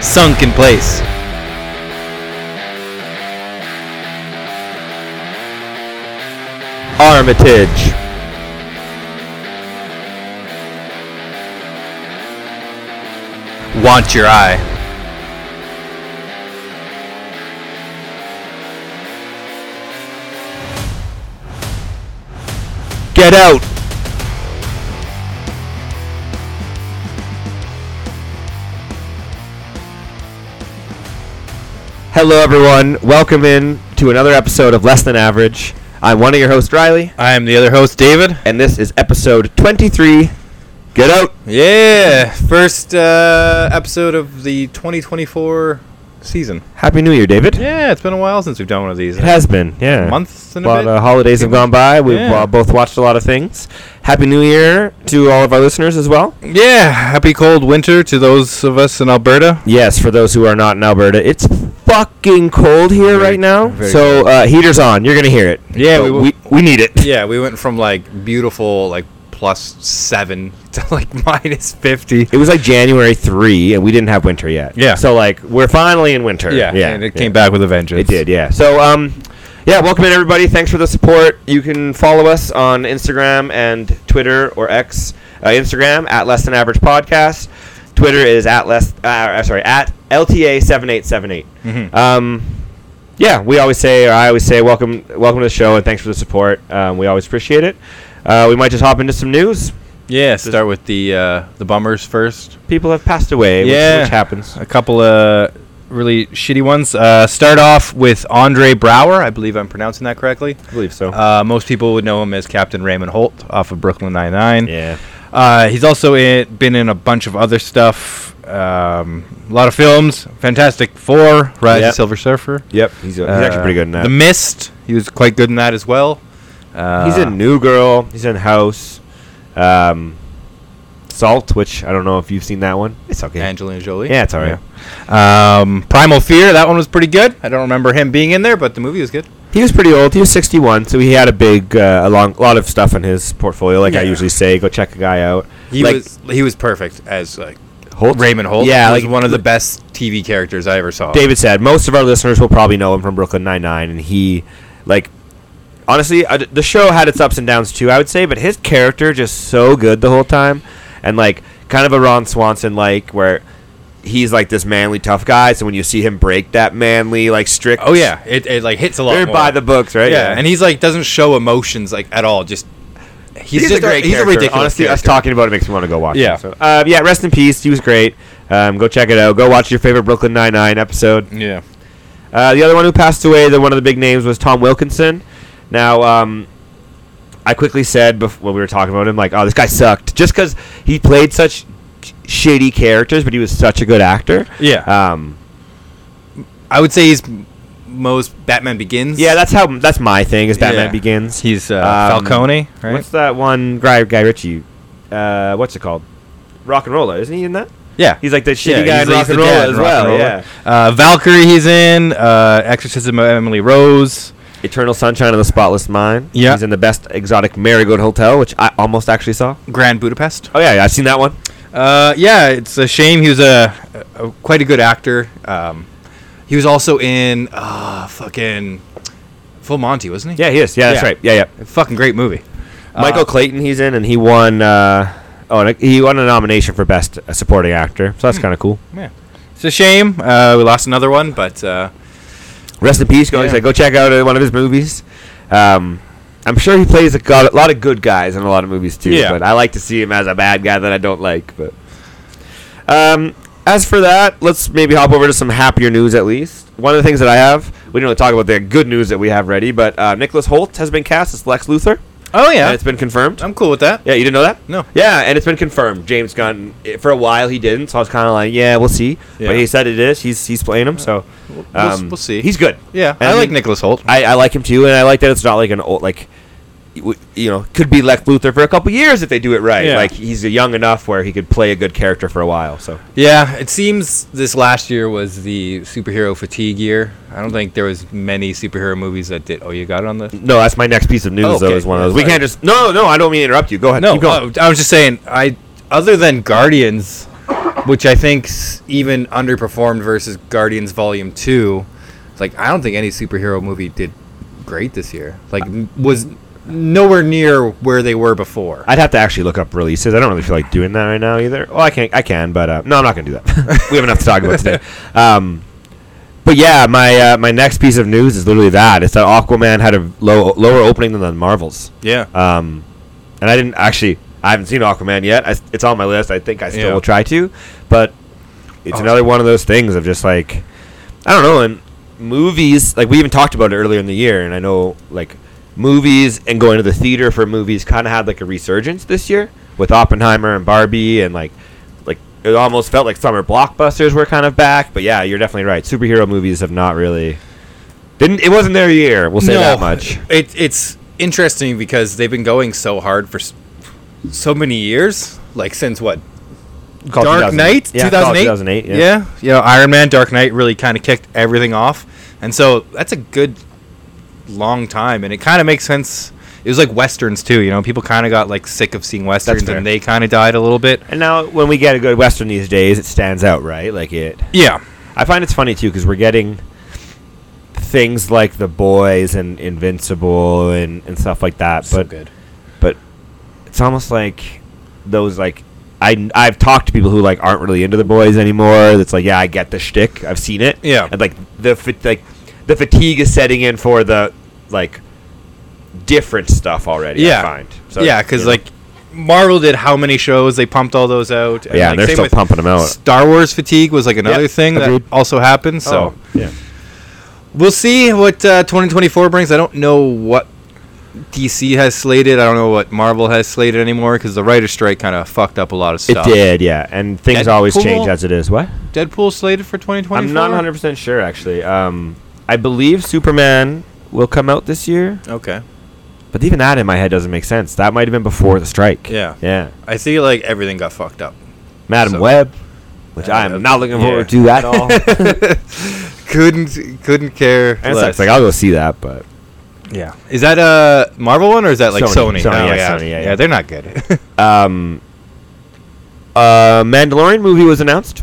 sunk in place. Armitage. Want your eye. Get out. Hello, everyone. Welcome in to another episode of Less Than Average. I'm one of your hosts, Riley, I am the other host, David. and this is episode 23. Get out. Yeah, first uh, episode of the 2024 season. Happy New Year, David. Yeah, it's been a while since we've done one of these. It has been, yeah. Months A and a lot bit. of holidays have gone by. We've Yeah. uh, both watched a lot of things. Happy New Year to all of our listeners as well. yeah, happy cold winter to those of us in Alberta. Yes, for those who are not in Alberta, it's fucking cold here Very- right now. very So uh, heaters on. You're gonna hear it. Yeah, But we will- we we need it. Yeah, we went from like beautiful like plus seven to like minus fifty. It was like January three, and we didn't have winter yet. Yeah. So like we're finally in winter. Yeah, yeah. and it yeah. came back with a vengeance. It did, yeah. So, um, yeah, welcome in everybody. Thanks for the support. You can follow us on Instagram and Twitter or X. Uh, Instagram at Less Than Average Podcast. Twitter is at less. Uh, uh, sorry, at LTA seven eight seven eight. Mhm. Um, yeah, we always say, or I always say, welcome, welcome to the show, and thanks for the support. Um, we always appreciate it. Uh, we might just hop into some news. Yeah, start with the uh, the bummers first. People have passed away, which- Yeah. which, happens. A couple of really shitty ones. Uh, start off with Andre Brower. I believe I'm pronouncing that correctly. I believe so. Uh, most people would know him as Captain Raymond Holt off of Brooklyn Nine Nine. yeah. Uh, he's also in, been in a bunch of other stuff, um, a lot of films. Fantastic Four, Rise Yep. of Silver Surfer. Yep. He's, he's actually Uh, pretty good in that. The Mist. He was quite good in that as well. Uh, He's in New Girl. He's in House. Um, Salt, which I don't know if you've seen that one. It's okay. Angelina Jolie. Yeah, it's all right. Yeah. Um, Primal Fear. That one was pretty good. I don't remember him being in there, but the movie was good. He was pretty old. He was 61, so he had a big, uh, a long, lot of stuff in his portfolio. Like I Yeah. usually say, go check a guy out. He Like- was he was perfect as like Holt? Raymond Holt. Yeah, He was like- one of the best TV characters I ever saw. David said most of our listeners will probably know him from Brooklyn Nine Nine, and he, like, honestly, I d the show had its ups and downs too. I would say, but his character just so good the whole time, and like kind of a Ron Swanson like where he's like this manly tough guy. So when you see him break that manly like strict, Oh yeah, it, it like hits a lot. they're more. by the books, right? yeah, and he's like doesn't show emotions like at all. Just he's, just a, he's a ridiculous. Honestly, us character. talking about it makes me want to go watch. Yeah. it, so, uh, yeah. Rest in peace. He was great. Um, go check it out. Go watch your favorite Brooklyn Nine Nine episode. Yeah, Uh, the other one who passed away, the one of the big names was Tom Wilkinson. Now, um, I quickly said bef- when we were talking about him, like, oh, this guy sucked, just because he played such sh- shitty characters, but he was such a good actor. yeah. Um, Uh, I would say he's m- most Batman Begins. yeah, that's how that's my thing is Batman Yeah. Begins. he's uh, Um, Falcone, right? What's that one guy, Guy Ritchie? Uh, what's it called? Rock and Roller, isn't he in that? Yeah, He's like the Yeah, shitty guy he's- in Rock he's and the Roller dad as in Rock and well. Roller. Yeah, Uh, Valkyrie, he's in uh, Exorcism of Emily Rose. Eternal Sunshine of the Spotless Mind. Yeah. he's in the best exotic Marigold Hotel, which I almost actually saw. Grand Budapest. Oh yeah, yeah I've seen that one. Uh, yeah, it's a shame. He was a, a, a- quite a good actor. Um, he was also in uh, fucking Full Monty, wasn't he? Yeah, he is. Yeah, that's Yeah. Uh, right. Yeah, yeah. fucking great movie. Michael Clayton, he's in, and he won. Uh, oh, and he won a nomination for best uh, supporting actor, so Hmm. that's kind of cool. Yeah. It's a shame. Uh, we lost another one, but uh, Rest in peace. Go, Yeah. like, go check out uh, one of his movies. Um, I'm sure he plays a, god, a lot of good guys in a lot of movies too. Yeah. But I like to see him as a bad guy that I don't like. But um, as for that, let's maybe hop over to some happier news at least. One of the things that I have, we didn't really talk about the good news that we have ready, but uh, Nicholas Holt has been cast as Lex Luthor. oh and it's been confirmed. I'm cool with that. Yeah, you didn't know that? No. Yeah, and it's been confirmed. James Gunn. i- For a while, he didn't, so I was kind of like, yeah, we'll see. Yeah. But he said it is. He's he's playing him, so We'll, we'll s- um, we'll see. He's good. yeah, and I like he- Nicholas Holt. I, I like him too, and I like that it's not like an old like. y- w- You know, could be Lex Luthor for a couple years if they do it right. Yeah. Like he's young enough where he could play a good character for a while. So yeah, it seems this last year was the superhero fatigue year. I don't think there was many superhero movies that did. Oh, you got it on the. no, that's my next piece of news. Oh, Though okay. is one of those. Yeah, We sorry. can't just no, no. I don't mean to interrupt Uh, you. Go ahead. No, keep going. uh, I was just saying. I other than Guardians, which I think's even underperformed versus Guardians Volume Two. It's like I don't think any superhero movie did great this year. Like Uh, n- was nowhere near where they were before. I'd have to actually look up releases. I don't really feel like doing that right now either. Well, I can, I can, but uh, no, I'm not going to do that. we have enough to talk about today. Um, but yeah, my uh, my next piece of news is literally that. It's that Aquaman had a low, lower opening than the Marvels. yeah. Um, and I didn't actually. I haven't seen Aquaman yet. I, it's on my list. I think I still Yeah. will try to, but it's Oh. another one of those things of just like I don't know. And movies, like we even talked about it earlier in the year, and I know like movies and going to the theater for movies kind of had like a resurgence this year with Oppenheimer and Barbie and like like it almost felt like summer blockbusters were kind of back. But yeah, you're definitely right. Superhero movies have not really didn't. It wasn't their year. We'll say that much. It, it's interesting because they've been going so hard for s- so many years, like since what? Call it Dark 2000. Knight, Yeah, two call it thousand eight. 2008, yeah. you know, Iron Man, Dark Knight really kind of kicked everything off, and so that's a good long time, and it kind of makes sense. It was like westerns too, you know. People kind of got like sick of seeing westerns, fair. and they kind of died a little bit. And now, when we get a good western these days, it stands out, right? Like it. Yeah, I find it's funny too because we're getting things like The Boys and Invincible and, and stuff like that. so but good. but it's almost like those like I I've talked to people who like aren't really into The Boys anymore. That's like, yeah, I get the shtick. I've seen it. Yeah. and like the fa- like the fatigue is setting in for the like different stuff already. I Yeah. find. Yeah, 'cause yeah, because you know. like Marvel did how many shows? They pumped all those out. yeah, like, and they're same still with pumping them out. Star Wars fatigue was like another Oh. Yep, thing agreed. Oh. that also happened. So So yeah. we'll see what uh, 2024 brings. I don't know what DC has slated. I don't know what Marvel has slated anymore because the writer's strike kind of fucked up a lot of It stuff. did, yeah. And things always change Deadpool? as it is. What? Deadpool slated for 2024. I'm not 100 percent sure actually. Um, I believe Superman will come out this year, Okay. but even that in my head doesn't make sense. That might have been before the strike. Yeah. Yeah. I see like everything got fucked up. Madam So- Web, which I Uh, am not looking yeah. forward to at all. and couldn't couldn't care. it less. sucks. Like I'll go see that, but yeah. Is that a Marvel one or is that like Sony. Sony? Oh, Sony, yeah, Sony, yeah, yeah. they're not good. um, uh, Mandalorian movie was announced.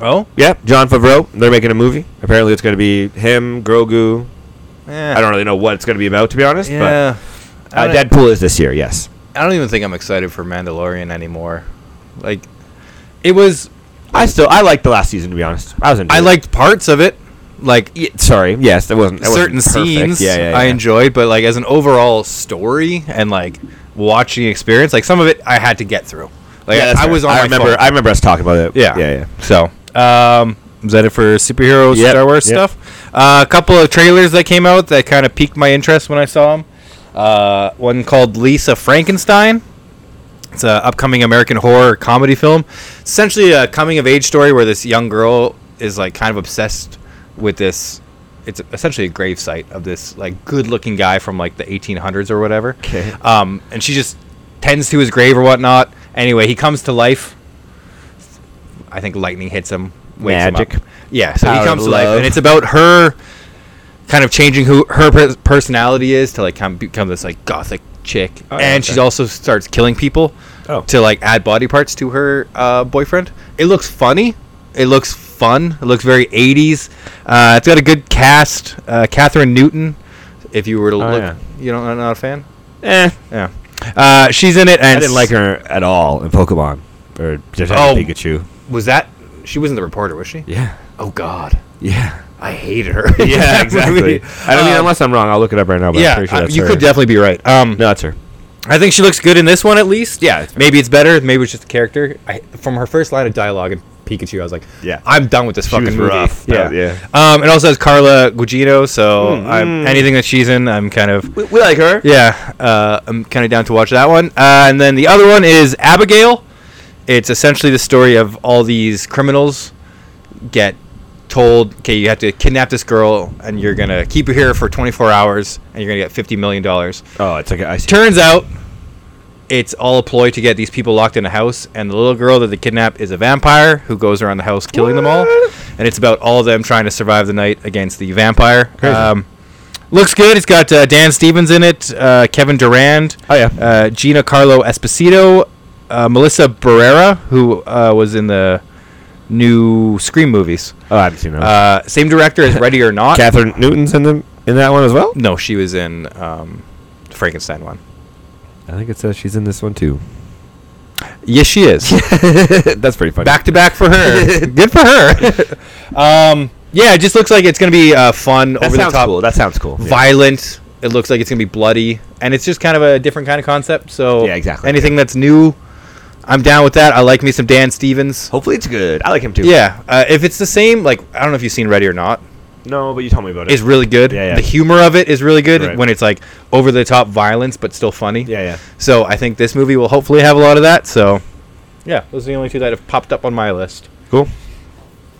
oh. Yep, John Favreau. They're making a movie. Apparently, it's going to be him, Grogu. Yeah. I don't really know what it's going to be about, to be honest. Eh. Yeah. But I uh, don't- Deadpool is this year. Yes. I don't even think I'm excited for Mandalorian anymore. Like, it was. I still I liked the last season to be honest. I was into I it. liked parts of it, like Ye- sorry, yes, that wasn't that wasn't certain perfect. scenes. Yeah, yeah, yeah. I enjoyed, but like as an overall story and like watching experience, like some of it I had to get through. Like Yeah, that's I, fair. was on. I my remember. phone. I remember us talking about it. Yeah. yeah, yeah. So, um, is that it for superheroes, Yep, Star Wars yep. stuff? Uh, a couple of trailers that came out that kind of piqued my interest when I saw them. Uh, one called Lisa Frankenstein. It's an upcoming American horror comedy film. Essentially, a coming of age story where this young girl is like kind of obsessed with this. It's essentially a grave site of this like good looking guy from like the 1800s or whatever. Okay. Um, and she just tends to his grave or whatnot. Anyway, he comes to life. I think lightning hits him. Wakes Magic. Him up. Yeah, so Power he of comes to life, love. and it's about her kind of changing who her per- personality is to like come, become this like gothic chick, Oh, yeah, and okay. she also starts killing people Oh. to like add body parts to her uh, boyfriend. It looks funny. It looks fun. It looks very 80s. Uh, it's got a good cast. Uh, Catherine Newton. If you were to Oh, look, yeah. you don't not a fan. Eh, Yeah, uh, she's in it, and I didn't like her at all in Pokemon or Detective Oh. Pikachu. Was that she wasn't the reporter, was she? Yeah, Oh God, yeah, I hated her. yeah. Exactly. I don't mean Um, unless I'm wrong. I'll look it up right now. But I'm yeah, pretty sure uh, that's you her. could definitely be right. Um, No, that's her. I think she looks good in this one at least. Yeah, it's- maybe it's better. Maybe it's just the character. I, from her first line of dialogue in Pikachu, I was like, Yeah. I'm done with this fucking was movie." rough. Yeah, That- yeah. Um, it also has Carla Gugino, so Mm, I'm, mm. anything that she's in, I'm kind of We, we like her. yeah, uh, I'm kind of down to watch that one. Uh, and then the other one is Abigail. It's essentially the story of all these criminals get told, okay, you have to kidnap this girl, and you're gonna keep her here for 24 hours, and you're gonna get 50 million dollars. Oh, it's like I see. Turns out, it's all a ploy to get these people locked in a house, and the little girl that they kidnap is a vampire who goes around the house killing them all, What? and it's about all of them trying to survive the night against the vampire. Crazy. Um, looks good. It's got uh, Dan Stevens in it, uh, Kevin Durand, Oh yeah. uh, Gina Carlo Esposito, uh, Melissa Barrera, who uh, was in the new Scream movies. Oh, I haven't seen that. one. Uh, same director as Ready or Not. Catherine Newton's in the in that one as well. no, she was in um, Frankenstein one. I think it says she's in this one too. Yes, she is. That's pretty funny. back to back for her. Good for her. um, yeah, it just looks like it's gonna be uh, fun, that over the sounds top, cool. That sounds cool. Yeah. violent. It looks like it's gonna be bloody, and it's just kind of a different kind of concept. So Yeah, exactly. Anything that's new, I'm down with that. I like me some Dan Stevens. Hopefully it's good. I like him too. Yeah, uh, if it's the same, like I don't know if you've seen Ready or Not. No, but you told me about it. It's really good. Yeah, yeah. The humor of it is really good Right. when it's like over the top violence, but still funny. yeah, yeah. So I think this movie will hopefully have a lot of that. So, yeah, those are the only two that have popped up on my list. Cool.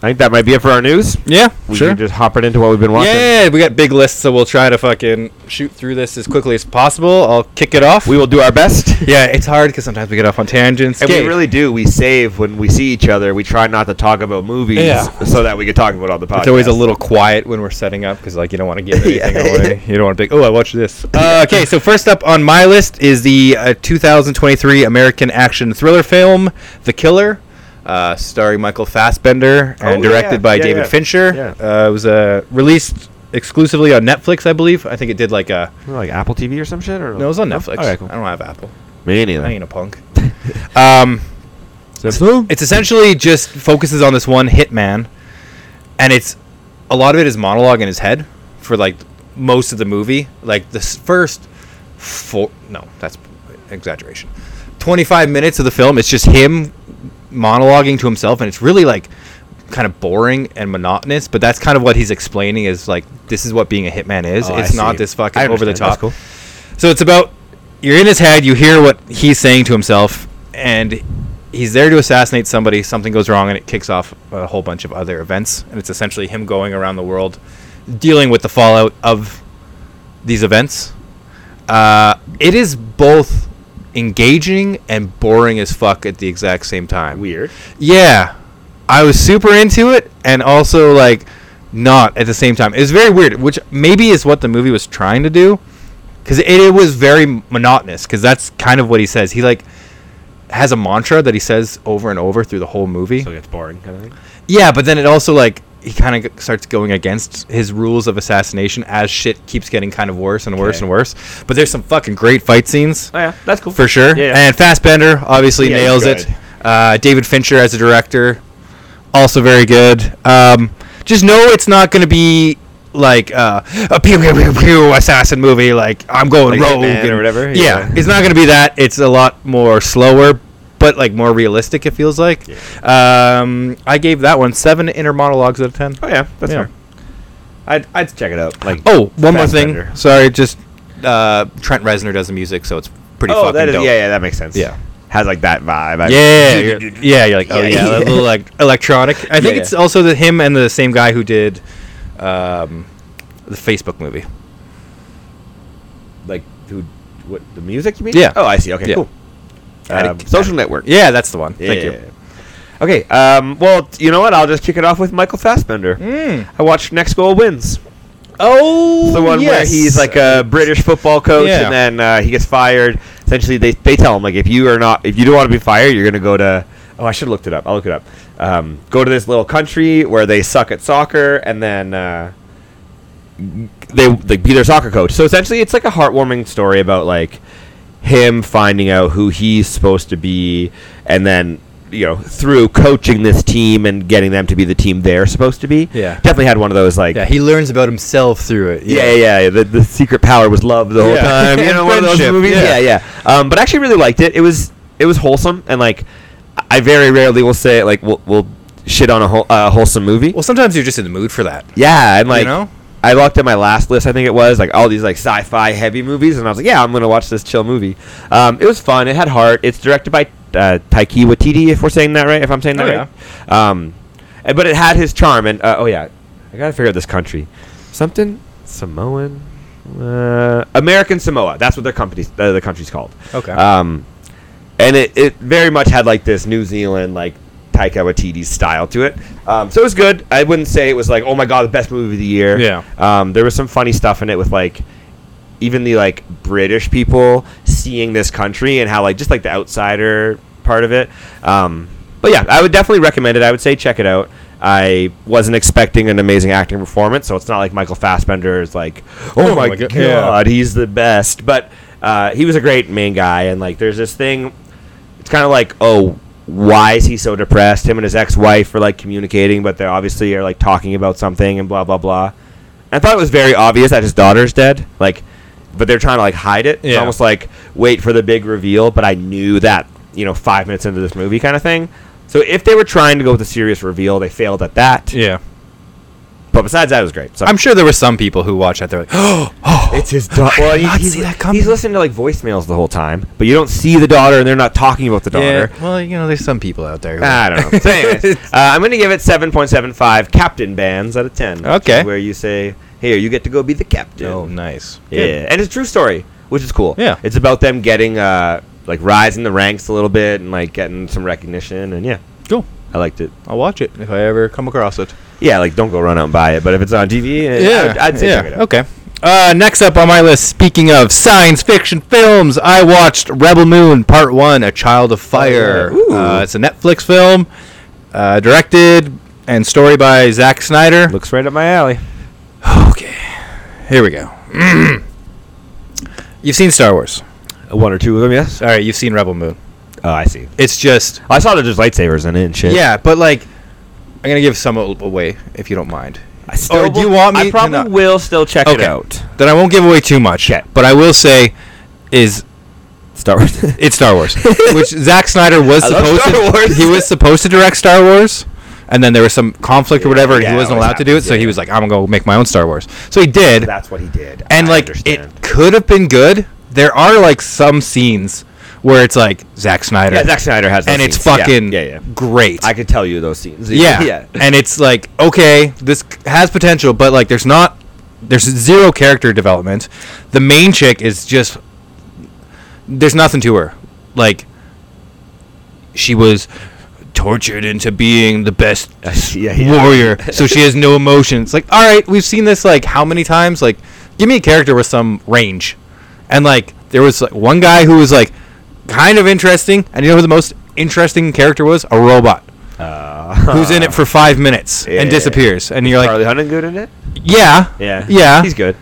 I think that might be it for our news. Yeah, We can just hop right into what we've been watching. Yeah, we got big lists, so we'll try to fucking shoot through this as quickly as possible. I'll kick it off. We will do our best. yeah, it's hard because sometimes we get off on tangents. And Okay. we really do. We save when we see each other. We try not to talk about movies Yeah. so that we can talk about all the podcast. it's always a little quiet when we're setting up because like you don't want to give Yeah. anything away. You don't want to be like, oh, I watched this. Uh, okay, so first up on my list is the uh, 2023 American action thriller film, The Killer, uh, starring Michael Fassbender and Oh, directed yeah. by Yeah, David yeah. Fincher. Uh, it was uh, released exclusively on Netflix, I believe. I think it did like a like Apple TV or some shit. Or no, it was on Netflix. All right, cool. I don't have Apple. Me I neither. Uh, ain't a punk. um, So, it's essentially just focuses on this one hitman, and it's a lot of it is monologue in his head for like most of the movie. Like the s- first four, no, that's exaggeration. Twenty-five minutes of the film, it's just him monologuing to himself, and it's really like kind of boring and monotonous. But that's kind of what he's explaining is like this is what being a hitman is. Oh, I it's not see. this I fucking over the understand. That's top. cool. So it's about you're in his head, you hear what he's saying to himself, and he's there to assassinate somebody. Something goes wrong, and it kicks off a whole bunch of other events. And it's essentially him going around the world dealing with the fallout of these events. Uh, it is both engaging and boring as fuck at the exact same time. weird. Yeah, I was super into it, and also like not at the same time. It was very weird, which maybe is what the movie was trying to do, because it, it was very monotonous. Because that's kind of what he says. He like has a mantra that he says over and over through the whole movie. So it gets boring, kind of thing. Oh, Yeah, but then it also like he kind of starts going against his rules of assassination as shit keeps getting kind of worse and worse Okay. and worse. But there's some fucking great fight scenes Oh yeah, that's cool for sure. Yeah, And Fassbender obviously Yeah, he's nails good. it. Uh, David Fincher as a director, also very good. Um, just know it's not going to be like uh, a pew pew pew pew assassin movie. Like I'm going Like rogue Hitman and- or whatever, Yeah, yeah. it's not going to be that. It's a lot more slower, but like more realistic. It feels like. Um, I gave that one seven inner monologues out of ten. oh yeah, that's Yeah. fair. I'd I'd check it out. Like Oh, one more thing. Fassbender. Sorry, just uh, Trent Reznor does the music, so it's pretty oh fucking that is dope. yeah yeah that makes sense. Yeah. has like that vibe. I- Yeah, you're- yeah, you're like, oh Yeah, yeah, yeah. a little like electronic. I think Yeah, it's yeah. also the him and the same guy who did um, the Facebook movie. like who what the music you mean? Yeah. Oh, I see. Okay, Yeah. cool. Attic- Um, social Attic. network. Yeah, that's the one. Thank Yeah. Okay. Um, well, t- you know what? I'll just kick it off with Michael Fassbender. you. Mm. I watched Next Goal Wins. Oh, the one where he's like a British football coach, Yeah. and then uh, he gets fired. Essentially, they, they tell him like if you are not if you don't want to be fired, you're gonna go to oh I should have looked it up. I'll look it up. Um, go to this little country where they suck at soccer, and then uh, they they be their soccer coach. So essentially, it's like a heartwarming story about like him finding out who he's supposed to be, and then. You know, through coaching this team and getting them to be the team they're supposed to be. Yeah. definitely had one of those like yeah, he learns about himself through it. yeah, yeah, yeah. The, the secret power was love the whole Yeah. time. You And know, one of those friendship, movies. Yeah, yeah. yeah. Um, but I actually really liked it. It was it was wholesome and like I very rarely will say like we'll, we'll shit on a whole, uh, wholesome movie. Well, sometimes you're just in the mood for that. yeah, and like you know. I looked at my last list. I think it was like all these like sci-fi heavy movies, and I was like, yeah, I'm gonna watch this chill movie. Um, it was fun. It had heart. It's directed by uh, Taiki Watiti, if we're saying that right. If I'm saying that Oh, right. Um, and- but it had his charm, and uh, oh yeah, I gotta figure out this country. Something Samoan, uh, American Samoa. That's what their company's uh, the country's called. Okay. Um, and it, it very much had like this New Zealand like Taika Waititi style to it. Um, so it was good. I wouldn't say it was like oh my god the best movie of the year. Yeah. Um, there was some funny stuff in it with like even the like British people seeing this country and how like just like the outsider part of it. Um, but yeah, I would definitely recommend it. I would say check it out. I wasn't expecting an amazing acting performance, so it's not like Michael Fassbender is like, oh, Oh my, my go- god, yeah. he's the best. But uh, he was a great main guy, and like, there's this thing. It's kind of like, oh, why is he so depressed? Him and his ex-wife are like communicating, but they obviously are like talking about something and blah blah blah. I thought it was very obvious that his daughter's dead. Like, but they're trying to like hide it. It's Yeah. almost like wait for the big reveal. But I knew that you know five minutes into this movie kind of thing. So if they were trying to go with a serious reveal, they failed at that. Yeah. But besides that, it was great. So I'm sure there were some people who watched that. They're like, oh, it's his daughter. Well, he- not he's, see that coming. he's listening to like voicemails the whole time, but you don't see the daughter, and they're not talking about the daughter. Well, you know, there's some people out there. Who I don't know. So anyways, uh, I'm going to give it 7.75 captain bands out of 10. which is Okay. Where you say, here, you get to go be the captain. oh, nice. Yeah, and it's a true story, which is cool. Yeah. it's about them getting uh, like rising the ranks a little bit and like getting some recognition, and yeah, Cool. I liked it. I'll watch it if I ever come across it. Yeah, like don't go run out and buy it, but if it's on TV, eh, I'd, I'd say check it out. Okay. Uh, next up on my list, speaking of science fiction films, I watched Rebel Moon Part 1 A Child of Fire. Oh, yeah. Ooh. Uh, it's a Netflix film, uh, directed and story by Zack Snyder. Looks right up my alley. Okay. Here we go. you've seen Star Wars. Uh, One or two of them, yes. All right, you've seen Rebel Moon. Oh, I see. It's just. I saw that there's lightsabers in it and shit. Yeah, but like. I'm going to give some a- away if you don't mind. I still Or Oh, do you will- want me I to probably not- will still check Okay. it out. Then I won't give away too much. Okay. But I will say is Star Wars. It's Star Wars, which Zack Snyder was I love supposed Star to. Wars. He was supposed to direct Star Wars, and then there was some conflict or Yeah, whatever, and yeah, he it wasn't always allowed to do it. happens, So yeah. he was like, "I'm gonna go make my own Star Wars." So he did, That's what he did. and I like understand. it could have been good. There are like some scenes where it's like Zack Snyder, yeah, Zack Snyder has. those and it's scenes. Yeah, fucking Yeah, yeah. great. I could tell you those scenes. yeah. yeah. and it's like okay, this c- has potential, but like there's not, there's zero character development. The main chick is just there's nothing to her. Like she was tortured into being the best yeah, yeah. warrior, so she has no emotions. Like, all right, we've seen this like how many times? Like, give me a character with some range. And like, there was like one guy who was like kind of interesting, and you know who the most interesting character was? A robot Uh, who's in it for five minutes Yeah. and disappears, and you're like, Charlie Hunnam good in it? yeah, Yeah. yeah, He's good.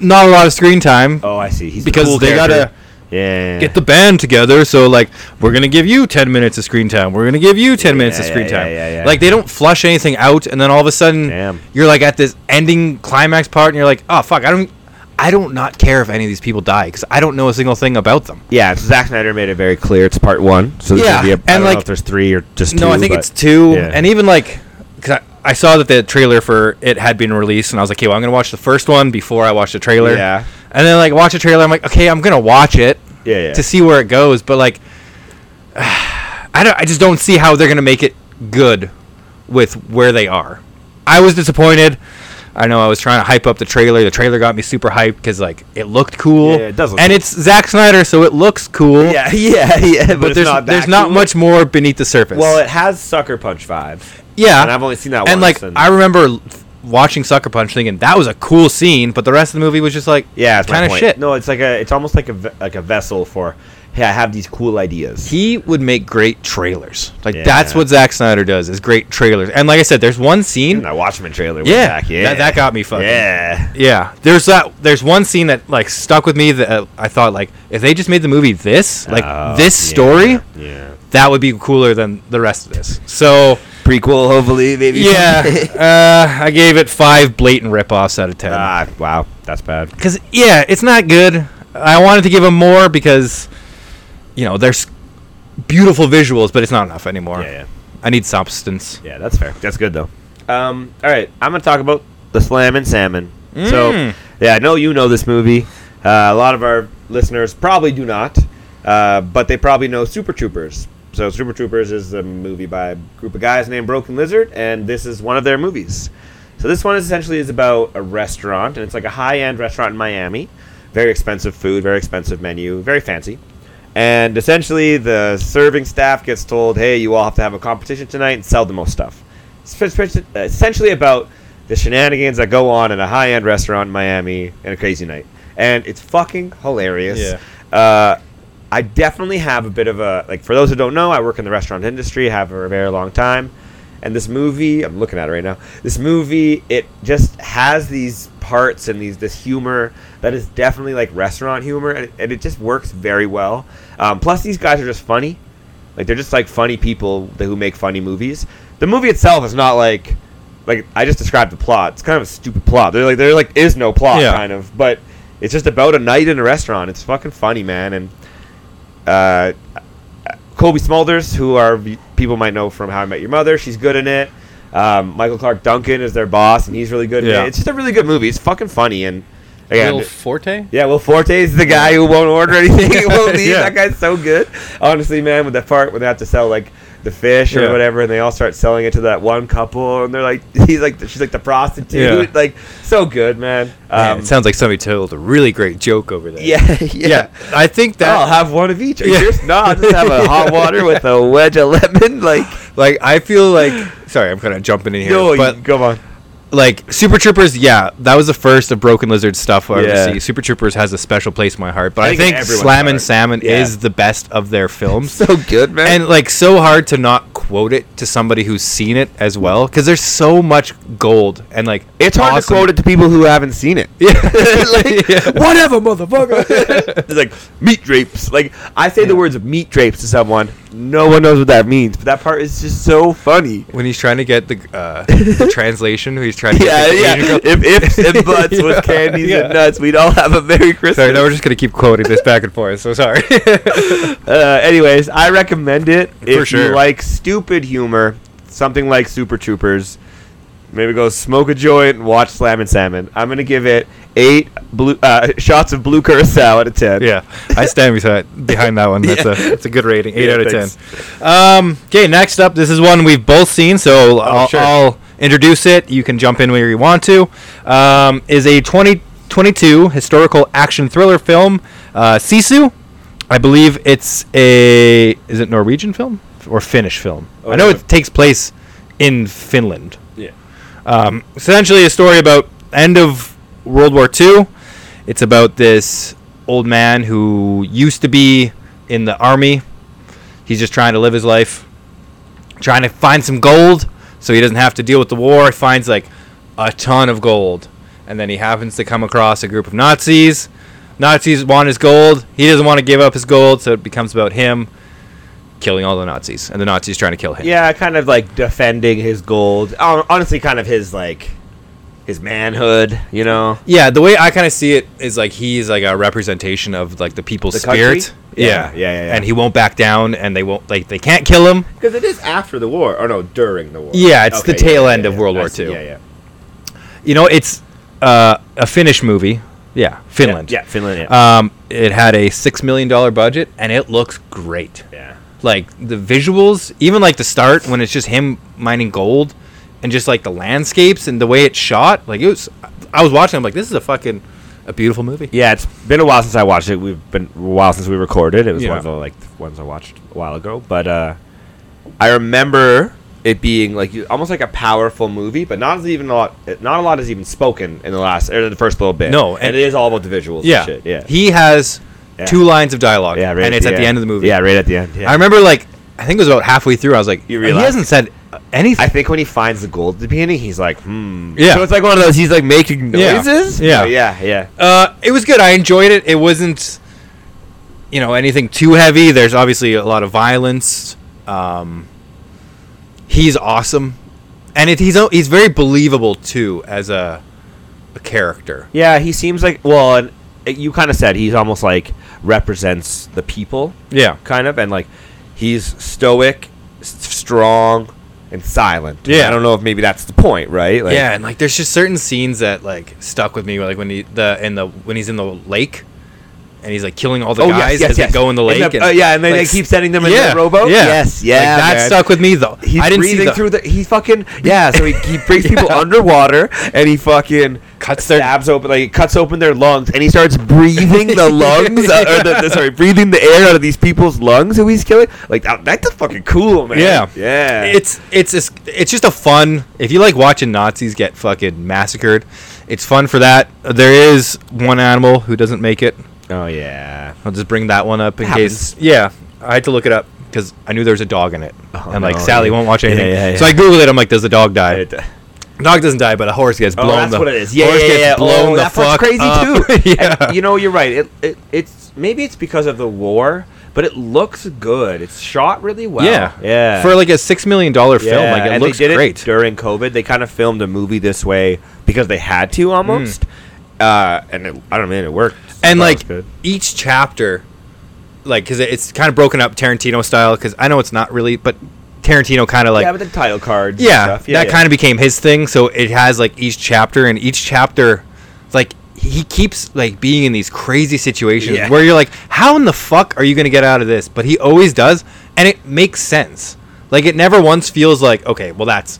not a lot of screen time. Oh, I see. He's Because the cool they character. gotta- yeah get the band together. So like, we're gonna give you ten minutes of screen time. We're gonna give you ten minutes of yeah, screen yeah, time. yeah, yeah. Like they don't flush anything out, and then all of a sudden Damn. you're like at this ending climax part, and you're like, oh fuck, I don't, I don't not care if any of these people die because I don't know a single thing about them. yeah. So Zack Snyder made it very clear it's part one. So there's Yeah, gonna be a, and I don't like- know if there's three or just two. no, I think but- it's two, yeah. and even like, cause I, I saw that the trailer for it had been released, and I was like, okay, well, I'm gonna watch the first one before I watch the trailer. Yeah. and then like watch the trailer, I'm like, okay, I'm gonna watch it. Yeah, yeah. to see where it goes. But like, I don't. I just don't see how they're gonna make it good with where they are. I was disappointed. I know I was trying to hype up the trailer. The trailer got me super hyped because like it looked cool. Yeah, it does look and cool. it's Zack Snyder, so it looks cool. yeah, yeah, yeah. But, But, it's there's not that there's not cool. much more beneath the surface. Well, it has Sucker Punch vibes. yeah, and I've only seen that and once, like and- I remember l- watching Sucker Punch thinking that was a cool scene, but the rest of the movie was just like Yeah, that's my kind of point. shit. No, it's like a, it's almost like a ve- like a vessel for, hey, I have these cool ideas. he would make great trailers. Like Yeah. that's what Zack Snyder does is great trailers. And like I said, there's one scene. and that Watchmen trailer. Yeah, was back. that- yeah, that got me fucking- Yeah, Yeah, there's that. There's one scene that like stuck with me that uh, I thought like if they just made the movie this like Oh, this yeah, story Yeah, that would be cooler than the rest of this. So prequel, hopefully, maybe. yeah, uh, I gave it five blatant ripoffs out of ten. ah, wow, that's bad. Because yeah, it's not good. I wanted to give him more because you know there's beautiful visuals, but it's not enough anymore. Yeah, yeah. I need substance. Yeah, that's fair. That's good though. Um, all right, I'm gonna talk about the Slam and Salmon. Mm. So, yeah, I know you know this movie. Uh, a lot of our listeners probably do not, uh, but they probably know Super Troopers. So, Super Troopers is a movie by a group of guys named Broken Lizard, and this is one of their movies. So, this one is essentially is about a restaurant, and it's like a high-end restaurant in Miami. Very expensive food, very expensive menu, very fancy. And essentially, the serving staff gets told, "Hey, you all have to have a competition tonight and sell the most stuff." It's pres- pres- essentially about the shenanigans that go on in a high-end restaurant in Miami and a crazy night, and it's fucking hilarious. Yeah. Uh, I definitely have a bit of a like. For those who don't know, I work in the restaurant industry, have for a very long time, and this movie I'm looking at it right now. This movie it just has these parts and these this humor that is definitely like restaurant humor, and it, and it just works very well. Um, plus, these guys are just funny. Like they're just like funny people that, who make funny movies. The movie itself is not like like I just described the plot. It's kind of a stupid plot. There like there like is no plot Yeah. kind of, but it's just about a night in a restaurant. It's fucking funny, man. And uh, Colby Smulders, who are v- people might know from How I Met Your Mother, she's good in it. Um, Michael Clark Duncan is their boss, and he's really good. In Yeah. it. It's just a really good movie. It's fucking funny, and again, Will Forte? yeah, Will Forte is the guy who won't order anything. he won't leave. Yeah. That guy's so good. Honestly, man, with that part where they have to sell like the fish or Yeah. whatever, and they all start selling it to that one couple, and they're like, he's like, she's like the prostitute. Yeah. Like, so good, man. Man, Um, it sounds like somebody told a really great joke over there. yeah, yeah. Oh, yeah. I think that I'll have one of each. Are you Yeah. serious? No, I'll just have a hot water with a wedge of lemon. Like, like I feel like sorry, I'm kind of jumping in here, no, but you, come on. like Super Troopers, yeah, that was the first of Broken Lizard stuff where Yeah. yeah. see. Super Troopers has a special place in my heart, I but I, think in think, everyone's Slam heart. and Salmon Yeah. is the best of their films. So good, man. and like so hard to not quote it to somebody who's seen it as well because there's so much gold and like It's hard to quote it to people who haven't seen it. like, Yeah. Whatever, motherfucker. it's like meat drapes. Like I say the words meat drapes to someone, no one knows what that means, but that part is just so funny. when he's trying to get the, uh, the translation he's trying to Yeah, get the yeah. Asian girl- If ifs and buts was candies and Yeah. nuts, we'd all have a Merry Christmas. sorry no we're just gonna keep quoting this back and forth so sorry uh, anyways, I recommend it if you sure. like stupid humor, something like Super Troopers. Maybe go smoke a joint and watch Slam and Salmon. I'm gonna give it eight blue uh, shots of blue curacao out of ten. yeah i stand beside behind that one that's Yeah. a that's a good rating eight Yeah, out of thanks. Oh, ten um okay next up this is one we've both seen so I'll, sure. I'll introduce it you can jump in where you want to um is a 2022 historical action thriller film uh sisu i believe it's a is it norwegian film or finnish film Oh, i know yeah. it takes place in finland yeah. um, essentially, a story about end of World War II. It's about this old man who used to be in the army. He's just trying to live his life, trying to find some gold so he doesn't have to deal with the war. He finds like a ton of gold, and then he happens to come across a group of Nazis. Nazis want his gold. He doesn't want to give up his gold, so it becomes about him killing all the Nazis, and the Nazis trying to kill him. Yeah, kind of like defending his gold. Hon- Honestly, kind of his like his manhood. You know, Yeah, the way I kind of see it is like he's like a representation of like the people's The country? spirit. Yeah, yeah, yeah, yeah. And he won't back down, and they won't like they can't kill him. because it is after the war, or no, during the war. Yeah, it's the tail end of World I War see, Two. Yeah, yeah, You know, it's uh, a Finnish movie. Yeah, Finland. Yeah, yeah, Finland. Yeah. Um, it had a six million dollar budget, and it looks great. yeah. Like the visuals, even like the start when it's just him mining gold, and just like the landscapes and the way it's shot. Like it was, I was watching. I'm like, this is a fucking a beautiful movie. Yeah, it's been a while since I watched it. We've been a while since we recorded. It was one Yeah. of the like ones I watched a while ago, but uh, I remember it being like you- almost like a powerful movie, but not as even a lot. Not a lot is even spoken in the last or the first little bit. No, and, and- it is all about the visuals. Yeah. and shit, yeah, He has Yeah. two lines of dialogue. yeah. right and it's at the end of the movie. Yeah, right at the end. Yeah. I remember like I think it was about halfway through. I was like, You he realize- hasn't said anything. I think when he finds the gold at the beginning, he's like, hmm. Yeah. So it's like one of those. He's like making Yeah. noises. Yeah. But yeah. Yeah. uh, it was good. I enjoyed it. It wasn't, you know, anything too heavy. There's obviously a lot of violence. Um, he's awesome, and it, he's o- he's very believable too as a a character. Yeah. He seems like well, and uh, you kind of said he's almost like represents the people, Yeah, kind of, and like he's stoic, s- strong, and silent. Yeah. I don't know if maybe that's the point, right? Like, yeah, and like there's just certain scenes that like stuck with me. Like when he the in the when he's in the lake, and he's like killing all the Oh, yes, guys yes, as they yes. go in the In lake. the- and, oh, yeah, and they- they s- keep sending them in the rowboat? Yeah. Yes, Like, yeah, that man. stuck with me though. He's I didn't see breathing the, through the. He fucking yeah. So he, he brings people Yeah. underwater and he fucking Cuts their- stabs open like he cuts open their lungs and he starts breathing the lungs uh, or the, the- sorry breathing the air out of these people's lungs who he's killing. Like that, that's fucking cool, man. Yeah. yeah. It's it's just, it's just a fun. If you like watching Nazis get fucking massacred, it's fun for that. There is one animal who doesn't make it. Oh yeah. I'll just bring that one up in That case. happens. Yeah, I had to look it up because I knew there was a dog in it, Oh, and like no, Sally yeah. won't watch Yeah, anything. yeah, yeah. So I googled it. I'm like, does the dog die? It- dog doesn't die, but a horse gets oh, blown. that's the, what it is. Yeah, horse yeah, yeah. gets yeah. blown oh, the that fuck part's crazy up. too. yeah. And, you know, you're right. It, it it's maybe it's because of the war, but it looks good. It's shot really well. yeah, yeah. For like a six million dollar film, Yeah, like it and looks they did great. It during COVID, they kind of filmed a movie this way because they had Mm. to almost. Uh, and it, I don't know, man, it worked. and That was like good. each chapter like because it's kind of broken up tarantino style because i know it's not really but tarantino kind of like yeah, yeah, with the title cards. and stuff. that kind of became his thing so it has like each chapter and each chapter like he keeps like being in these crazy situations Yeah. where you're like how in the fuck are you gonna get out of this but he always does and it makes sense like it never once feels like okay well that's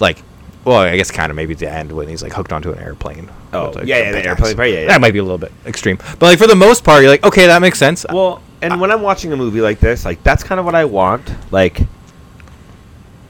like well i guess kind of maybe the end when he's like hooked ononto an airplane Oh, With, like, yeah, a yeah, the badass. airplane part, yeah, yeah. that might be a little bit extreme but like for the most part you're like okay that makes sense Well, and when I'm watching a movie like this, like that's kind of what I want. Like,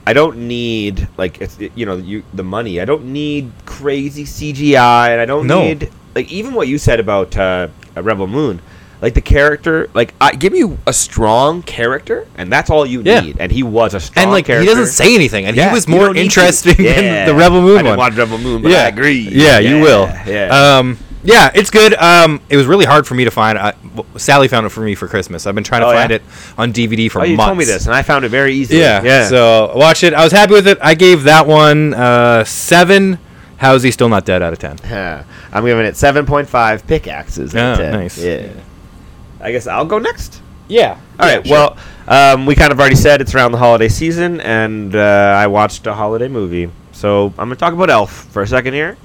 I don't need like it's it- you know you the money. I don't need crazy CGI, and I don't No. need like even what you said about uh, Rebel Moon. Like the character, like I, give me a strong character, and that's all you Yeah. need. And he was a strong and like character. he doesn't say anything and Yeah, he was you more don't need to. interesting Yeah. than the rebel moon I didn't one watch Rebel Moon, but I agree. Yeah, you will. Yeah, Um, yeah, it's good. Um, it was really hard for me to find. I, w- Sally found it for me for Christmas. I've been trying to Oh, find yeah? it on DVD for oh, you months. told me this, and I found it very easy. Yeah, yeah. So watch it. I was happy with it. I gave that one uh, seven. How's he still not dead out of ten? Huh. I'm giving it 7.5 pickaxes. out of Oh, 10. nice. Yeah. I guess I'll go next. Yeah. All right. Well, um, we kind of already said it's around the holiday season, and uh, I watched a holiday movie. So I'm going to talk about Elf for a second here.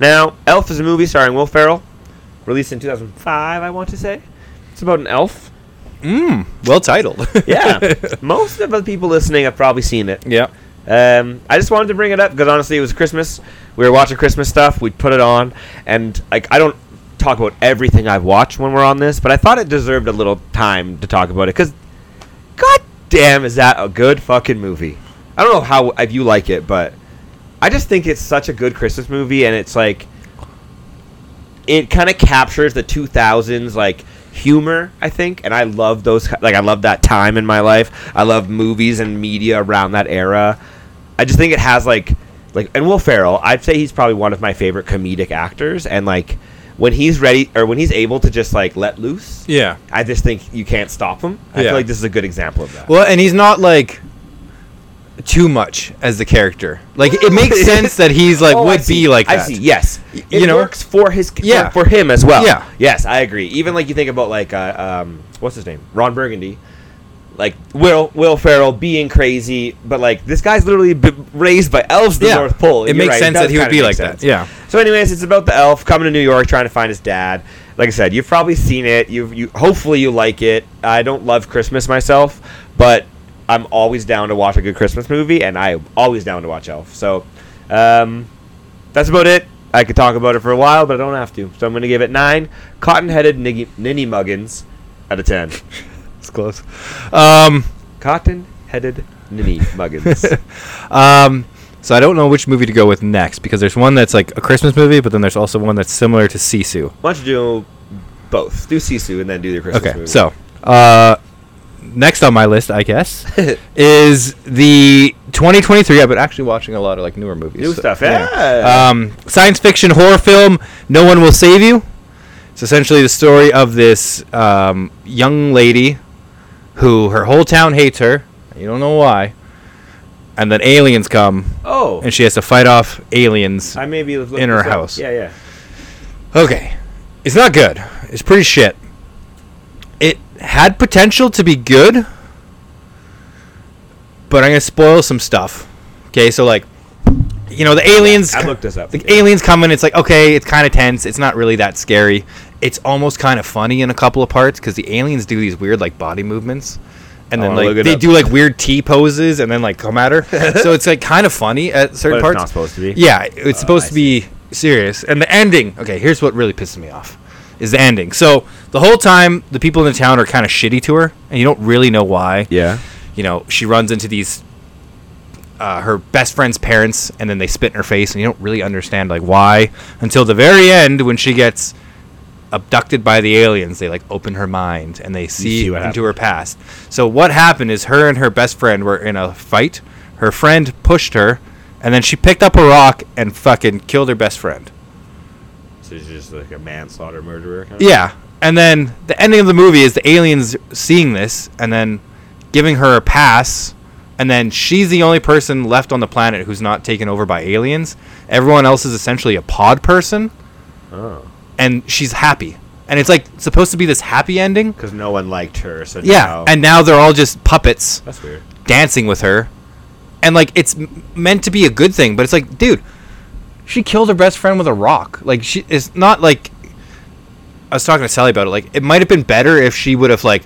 Now, Elf is a movie starring Will Ferrell, released in 2005, I want to say. It's about an elf. Mm, well titled. Yeah. Most of the people listening have probably seen it. yeah. Um, I just wanted to bring it up because honestly, it was Christmas. We were watching Christmas stuff. We put it on, and like I don't talk about everything I've watched when we're on this, but I thought it deserved a little time to talk about it because, god damn, is that a good fucking movie? I don't know how if you like it, but I just think it's such a good Christmas movie, and it's like it kind of captures the 2000s like humor i think and i love those like i love that time in my life i love movies and media around that era i just think it has like like and will ferrell i'd say he's probably one of my favorite comedic actors and like when he's ready or when he's able to just like let loose Yeah. i just think you can't stop him i Yeah. feel like this is a good example of that Well, and he's not like too much as the character. Like it makes sense that he's like Oh, I would see. be like that. I see. Yes, it you know? works for his for- Yeah. for, him as well. Yeah. Yes, I agree. Even like you think about like uh, um, what's his name, Ron Burgundy, like Will Will Ferrell being crazy, but like this guy's literally b- raised by elves in Yeah. the North Pole. You're It makes right, sense does that he would kinda be make like that. Yeah. So, anyways, it's about the elf coming to New York trying to find his dad. Like I said, you've probably seen it. You've you hopefully you like it. I don't love Christmas myself, but I'm always down to watch a good Christmas movie, and I'm always down to watch Elf. So, um, that's about it. I could talk about it for a while, but I don't have to. So I'm going to give it nine cotton-headed niggy, ninny muggins out of ten. It's close. Um, Cotton-headed ninny muggins. um, so I don't know which movie to go with next because there's one that's like a Christmas movie, but then there's also one that's similar to Sisu. Why don't you do both? Do Sisu and then do your Christmas Okay, movie. so uh, next on my list, I guess, is the 2023. I've been actually watching a lot of like newer movies, New so- stuff, yeah. Um, science fiction horror film. No one will save you. It's essentially the story of this um, young lady who her whole town hates her. You don't know why. And then aliens come, Oh, and she has to fight off aliens. I maybe looked in her this up. house. Yeah, yeah. Okay. It's not good. It's pretty shit. It had potential to be good, but I'm going to spoil some stuff. Okay, so like you know, the aliens I looked this up. The aliens come in, it's like, okay, it's kind of tense. It's not really that scary. It's almost kind of funny in a couple of parts cuz the aliens do these weird like body movements. And I then wanna like Oh, look it they up. do like weird T poses and then like come at her. so it's like kind of funny at But certain it's parts. not supposed to be. Yeah, it's Uh, supposed I to be serious. And the ending. Okay, here's what really pisses me off is the ending. So the whole time the people in the town are kind of shitty to her, and you don't really know why. Yeah. You know, she runs into these uh, her best friend's parents, and then they spit in her face, and you don't really understand like why until the very end when she gets abducted by the aliens. They like open her mind and they see, see what into her past. So what happened is her and her best friend were in a fight. Her friend pushed her, and then she picked up a rock and fucking killed her best friend. So he's just like a manslaughter murderer. Kind Yeah. And then the ending of the movie is the aliens seeing this and then giving her a pass. And then she's the only person left on the planet who's not taken over by aliens. Everyone else is essentially a pod person. Oh. And she's happy. And it's like supposed to be this happy ending. Because no one liked her. So Yeah. now- And now they're all just puppets that's weird. dancing with her. And like it's m- meant to be a good thing, but it's like, dude, she killed her best friend with a rock. Like she it's not like I was talking to Sally about it. Like it might have been better if she would have like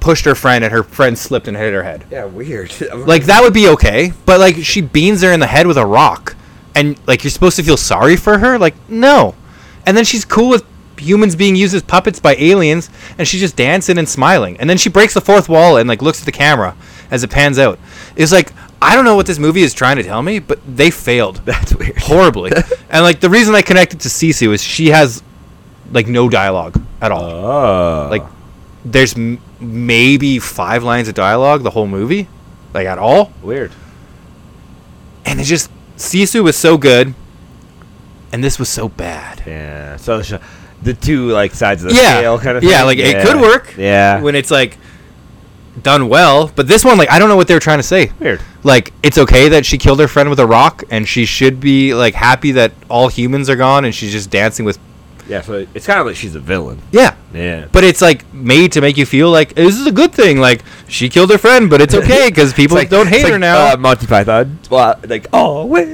pushed her friend and her friend slipped and hit her head. Yeah, weird. Like that would be okay, but like she beans her in the head with a rock. And like you're supposed to feel sorry for her? Like no. And then she's cool with humans being used as puppets by aliens and she's just dancing and smiling. And then she breaks the fourth wall and like looks at the camera as it pans out. It's like I don't know what this movie is trying to tell me, but they failed that's weird. horribly. and like the reason I connected to Sisu is she has like no dialogue at all Oh. like there's m- maybe five lines of dialogue the whole movie like at all weird. and it's just sisu was so good and this was so bad Yeah. So sh- the two like sides of the yeah scale kind of. yeah thing? like it could work Yeah. when it's like done well but this one like i don't know what they were trying to say Weird. like it's okay that she killed her friend with a rock and she should be like happy that all humans are gone and she's just dancing with Yeah. So it's kind of like she's a villain. yeah Yeah. but it's like made to make you feel like this is a good thing like she killed her friend but it's okay because people It's like- don't hate it's her like, now Uh, Monty Python. Well, like oh wait.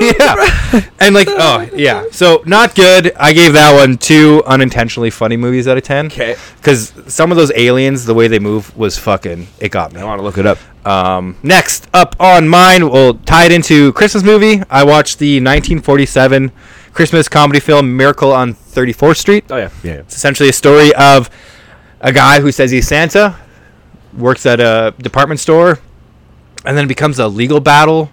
yeah. And like, oh yeah. So not good. I gave that one two unintentionally funny movies out of ten. 'Kay. Because some of those aliens, the way they move was fucking. It got me. I want to look it up. Um, next up on mine, we'll tie it into Christmas movie. I watched the 1947 Christmas comedy film Miracle on 34th Street. Oh yeah. Yeah. It's essentially a story of a guy who says he's Santa, works at a department store, and then it becomes a legal battle.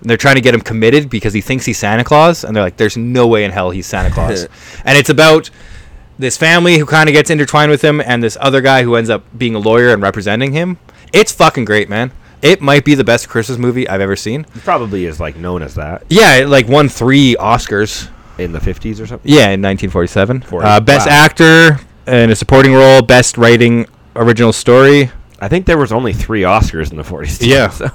And they're trying to get him committed because he thinks he's Santa Claus, and they're like, "There's no way in hell he's Santa Claus." and it's about this family who kind of gets intertwined with him, and this other guy who ends up being a lawyer and representing him. It's fucking great, man. It might be the best Christmas movie I've ever seen. It probably is like known as that Yeah, it like won three Oscars. in the 50s or something. Yeah, in 1947. Forty. Uh, best Wow. actor in a supporting role, best writing original story. I think there was only three Oscars in the 40s. too, Yeah. So.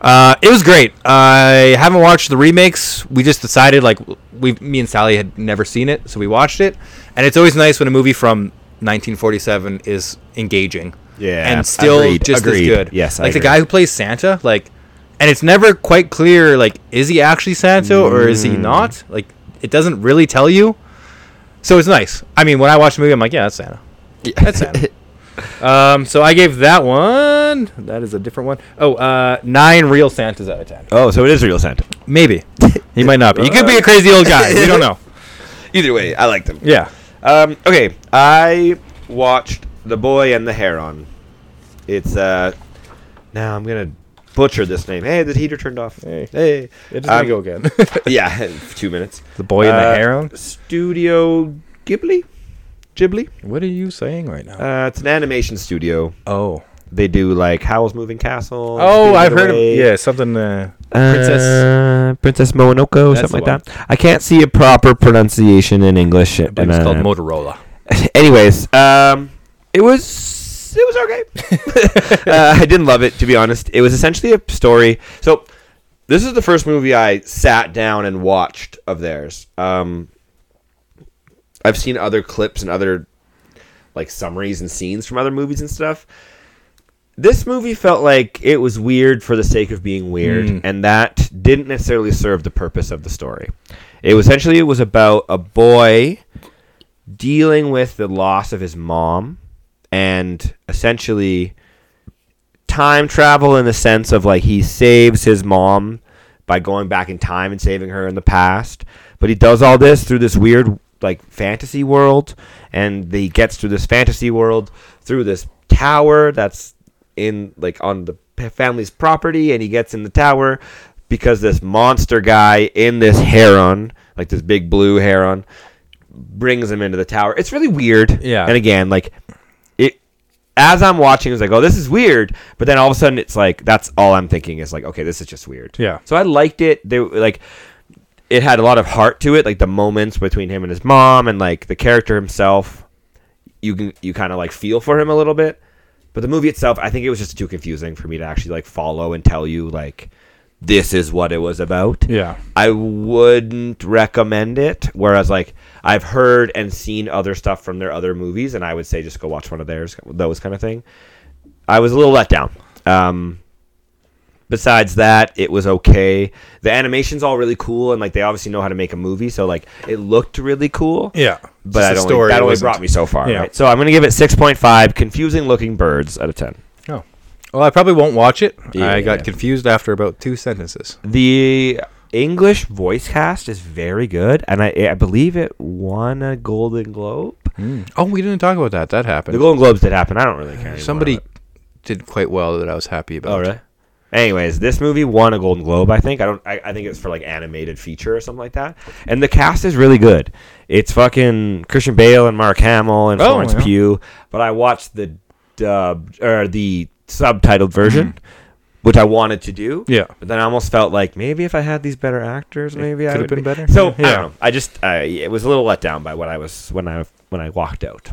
Uh, it was great. I haven't watched the remakes. We just decided, like, we, me and Sally had never seen it, so we watched it. And it's always nice when a movie from 1947 is engaging. Yeah, And still agreed, just agreed. as good. Yes, I Like, the agree. guy who plays Santa, like, and it's never quite clear, like, is he actually Santa or is he Mm. not? Like, it doesn't really tell you. So it's nice. I mean, when I watch the movie, I'm like, yeah, that's Santa. That's Santa. Um, so I gave that one. That is a different one. Oh, uh, nine real Santas out of ten. Oh, so it is real Santa. Maybe he might not. Be. He could be a crazy old guy. We don't know. Either way, I liked them. Yeah. Um, okay, I watched The Boy and the Heron. It's uh, now I'm gonna butcher this name. Hey, the heater turned off. Hey. hey. It Um, again. yeah, two minutes. the boy and Uh, the heron. Studio Ghibli. Ghibli. What are you saying right now? Uh, it's an animation studio. oh. They do like Howl's Moving Castle. Oh, Spirited I've heard of Away. yeah something. Uh, princess. Princess Uh, Princess Mononoke, That's something like the one. that. I can't see a proper pronunciation in English. I believe it's and, called uh, Motorola. anyways, um, it was it was okay. uh, I didn't love it to be honest. It was essentially a story. So this is the first movie I sat down and watched of theirs. Um, I've seen other clips and other like summaries and scenes from other movies and stuff. This movie felt like it was weird for the sake of being weird, Mm. and that didn't necessarily serve the purpose of the story. It was essentially it was about a boy dealing with the loss of his mom and essentially time travel in the sense of like he saves his mom by going back in time and saving her in the past but he does all this through this weird like fantasy world and he gets through this fantasy world through this tower that's in like on the p- family's property and he gets in the tower because this monster guy in this heron like this big blue heron brings him into the tower. It's really weird. Yeah. And again, like it as I'm watching, it's like, oh, this is weird. But then all of a sudden, it's like that's all I'm thinking is like, okay, this is just weird. Yeah. So I liked it. They like it had a lot of heart to it, like the moments between him and his mom, and like the character himself. You can you kind of like feel for him a little bit. But the movie itself, I think it was just too confusing for me to actually like follow and tell you like this is what it was about. Yeah. I wouldn't recommend it. Whereas, like, I've heard and seen other stuff from their other movies, and I would say just go watch one of theirs, those kind of thing. I was a little let down. Um, besides that, it was okay. The animation's all really cool, and like they obviously know how to make a movie, so like it looked really cool. Yeah. But I Just don't, the story that only wasn't- brought me so far. Yeah. Right? So I'm gonna give it six point five confusing looking birds out of ten. Oh. Well, I probably won't watch it. Yeah. I got confused after about two sentences. The English voice cast is very good, and I, I believe it won a Golden Globe. Oh, we didn't talk about that. That happened. The Golden Globes did happen. I don't really care. Anymore Somebody about it. did quite well that I was happy about. Oh really? Anyways, this movie won a Golden Globe. I think. I don't. I, I think it's for like animated feature or something like that. And the cast is really good. It's fucking Christian Bale and Mark Hamill and Oh, Florence yeah. Pugh. But I watched the dub or the subtitled version. Mm-hmm. Which I wanted to do, Yeah. But then I almost felt like maybe if I had these better actors, maybe I would could've been be- better. So I Yeah. don't know. I just I, it was a little let down by what I was when I when I walked out.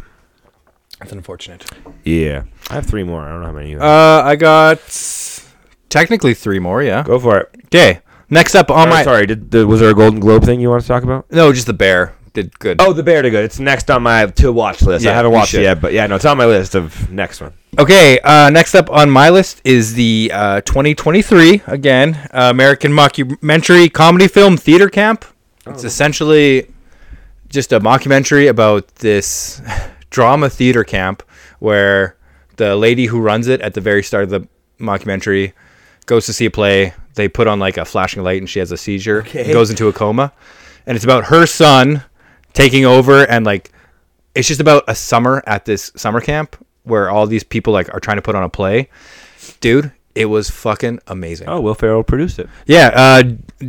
That's unfortunate. Yeah, I have three more. I don't know how many. You have. Uh, I got technically three more. Yeah. Go for it. Okay. Next up on Oh, my sorry. Did, did- was there a Golden Globe thing you want to talk about? no, just the bear did good. Oh, the Bear to Good. It's next on my to watch list. Yeah, I haven't you watched should. it yet, but yeah, no, it's on my list of next one. Okay, uh, next up on my list is the uh, 2023 again uh, American mockumentary comedy film Theater Camp. Oh. It's essentially just a mockumentary about this drama theater camp where the lady who runs it at the very start of the mockumentary goes to see a play. They put on like a flashing light and she has a seizure and goes into a coma. And it's about her son taking over and like it's just about a summer at this summer camp where all these people like are trying to put on a play. Dude, it was fucking amazing. Oh, Will Ferrell produced it. Yeah, uh,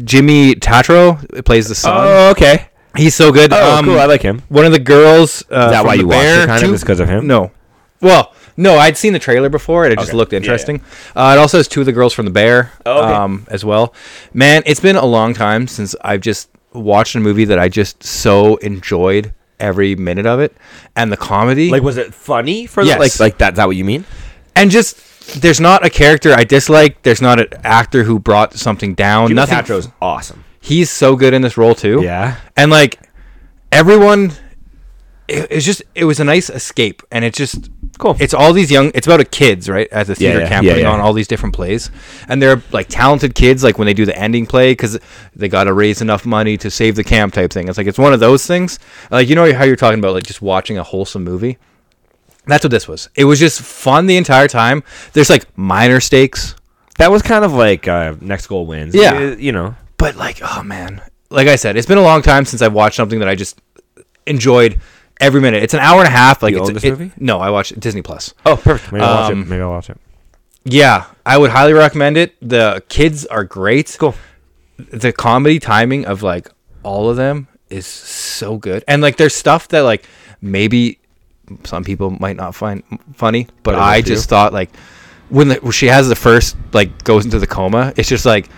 Jimmy Tatro plays the son. Oh, okay. He's so good. Oh, Um, cool. I like him. one of the girls. Uh, that from why the you watched it, Bear kind of, too- is 'cause of him? No. Well, no, I'd seen the trailer before and it just Okay. looked Yeah, yeah. interesting. Uh, it also has two of the girls from the Bear Oh, okay. um, as well. Man, it's been a long time since I've just watched a movie that I just so enjoyed every minute of it and the comedy Like, was it funny for Yes. the, like like that? Is that what you mean? and just there's not a character I dislike. There's not an actor who brought something down. Jimmy Nothing. Tatro's awesome. He's so good in this role too. Yeah. and like everyone it, it's just it was a nice escape and it's just Cool. it's all these young it's about a kids right at the theater yeah, camp yeah, putting yeah. on all these different plays and they're like talented kids like when they do the ending play because they gotta raise enough money to save the camp type thing it's like it's one of those things like you know how you're talking about like just watching a wholesome movie that's what this was it was just fun the entire time there's like minor stakes That was kind of like uh, next goal wins. Yeah. You- you know. but like oh man like i said it's been a long time since i've watched something that i just enjoyed every minute it's an hour and a half like You it's, own this it- movie? no i watched disney plus Oh, perfect. Maybe I'll watch Um, it. Maybe I'll watch it. yeah i would highly recommend it the kids are great cool the comedy timing of like all of them is so good and like there's stuff that like maybe some people might not find funny but Whatever i for just you. thought like when, the, when she has the first like goes into the coma it's just like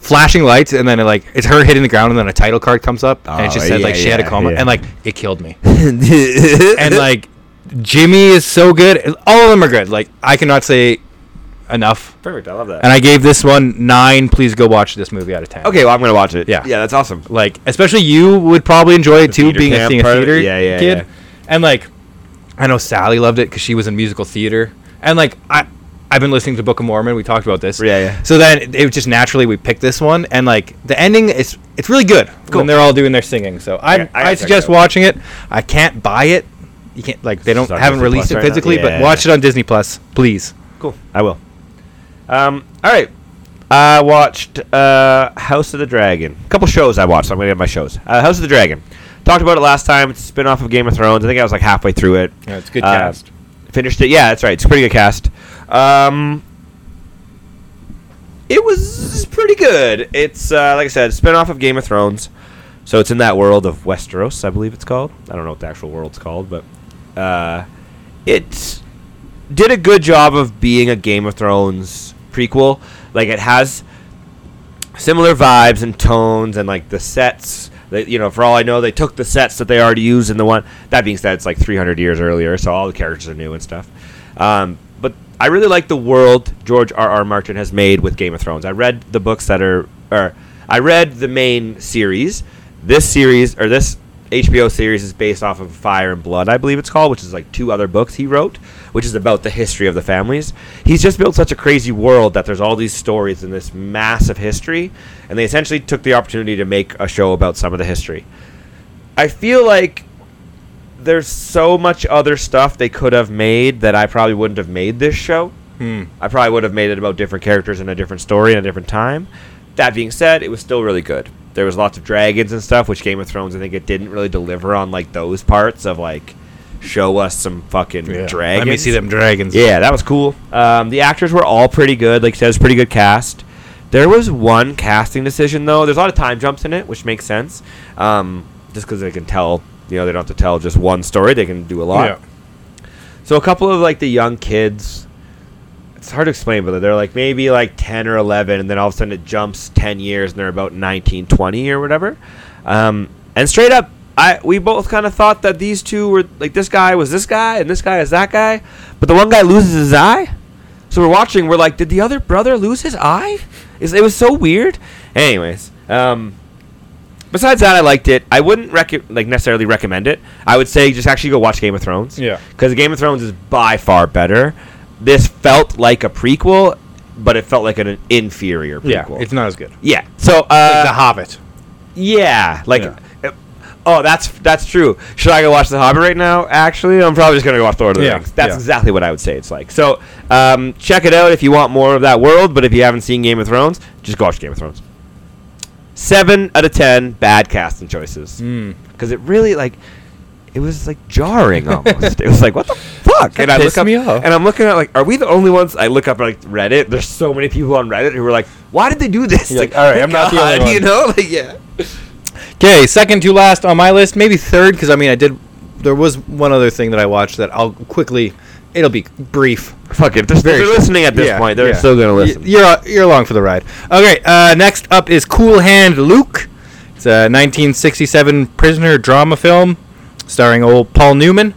flashing lights and then it, like it's her hitting the ground and then a title card comes up and it Oh, just said like yeah, she had a yeah, coma yeah. and like it killed me and like jimmy is so good all of them are good like i cannot say enough perfect. I love that. and i gave this one nine please go watch this movie out of ten okay, well, I'm gonna watch it. Yeah. Yeah, that's awesome. like especially you would probably enjoy it too theater being a, camp being a part of it? theater Yeah, yeah, kid yeah. and like i know sally loved it because she was in musical theater and like i i've been listening to book of mormon we talked about this Yeah, yeah. so then it, it just naturally we picked this one and like the ending is it's really good Cool. when they're all doing their singing so i Yeah, I i, gotta check suggest it out. watching it i can't buy it you can't like they don't It's on haven't Disney released Plus it right now? physically Yeah. but watch it on disney plus please Cool. I will. Um, all right. I watched uh, House of the Dragon. A couple shows I watched. So I'm going to get my shows. Uh, House of the Dragon. Talked about it last time. It's a spin off of Game of Thrones. I think I was like halfway through it. Yeah, it's a good Uh, cast. Finished it. Yeah, that's right. It's a pretty good cast. Um, it was pretty good. It's, uh, like I said, spin off of Game of Thrones. So it's in that world of Westeros, I believe it's called. I don't know what the actual world's called, but uh, it did a good job of being a Game of Thrones prequel. Like it has similar vibes and tones, and like the sets. They, you know, for all I know, they took the sets that they already used in the one. That being said, it's like 300 years earlier, so all the characters are new and stuff. Um, but I really like the world George R. R. Martin has made with Game of Thrones. I read the books that are, or I read the main series. This series or this HBO series is based off of Fire and Blood, I believe it's called, which is like two other books he wrote, which is about the history of the families. He's just built such a crazy world that there's all these stories and this massive history, and they essentially took the opportunity to make a show about some of the history. I feel like there's so much other stuff they could have made that I probably wouldn't have made this show. Hmm. I probably would have made it about different characters and a different story and a different time. That being said, it was still really good. There was lots of dragons and stuff, which Game of Thrones, I think it didn't really deliver on like those parts of like show us some fucking dragons. Let me see them dragons. Yeah, that was cool. Um, the actors were all pretty good. Like you said, it was a pretty good cast. There was one casting decision though. There's a lot of time jumps in it, which makes sense. Um, just because they can tell, you know, they don't have to tell just one story. They can do a lot. Yeah. So a couple of like the young kids, it's hard to explain, but they're like maybe like ten or eleven, and then all of a sudden it jumps ten years, and they're about 19, 20 or whatever. Um, and straight up, I we both kind of thought that these two were like this guy was this guy, and this guy is that guy, but the one guy loses his eye. So we're watching. We're like, did the other brother lose his eye? It's- It was so weird. Anyways, um, besides that, I liked it. I wouldn't rec- like necessarily recommend it. I would say just actually go watch Game of Thrones Yeah. because Game of Thrones is by far better. This felt like a prequel, but it felt like an, inferior Yeah. prequel. It's not as good. Yeah. So, the uh, Hobbit. yeah, like, Yeah. uh, oh, that's that's true. Should I go watch The Hobbit right now? Actually, I'm probably just gonna go watch Lord of the Yeah, Rings. That's yeah. exactly what I would say it's like. So, um, check it out if you want more of that world. But if you haven't seen Game of Thrones, just go watch Game of Thrones. Seven out of ten bad casting choices Mm. because it really like it was like jarring almost. it was like what the fuck? That And I pissed look up me off. and I'm looking at like, are we the only ones? I look up like Reddit. There's so many people on Reddit who were like, why did they do this? You're like, "All right, I'm not the only one." You know, like yeah. Okay, second to last on my list, maybe third because I mean I did. There was one other thing that I watched that I'll quickly. It'll be brief. Fuck it. If they're, Very they're short. listening at this Yeah, point, they're yeah. still gonna Y- listen. You're you're along for the ride. Okay, uh, next up is Cool Hand Luke. It's a 1967 prisoner drama film starring old Paul Newman.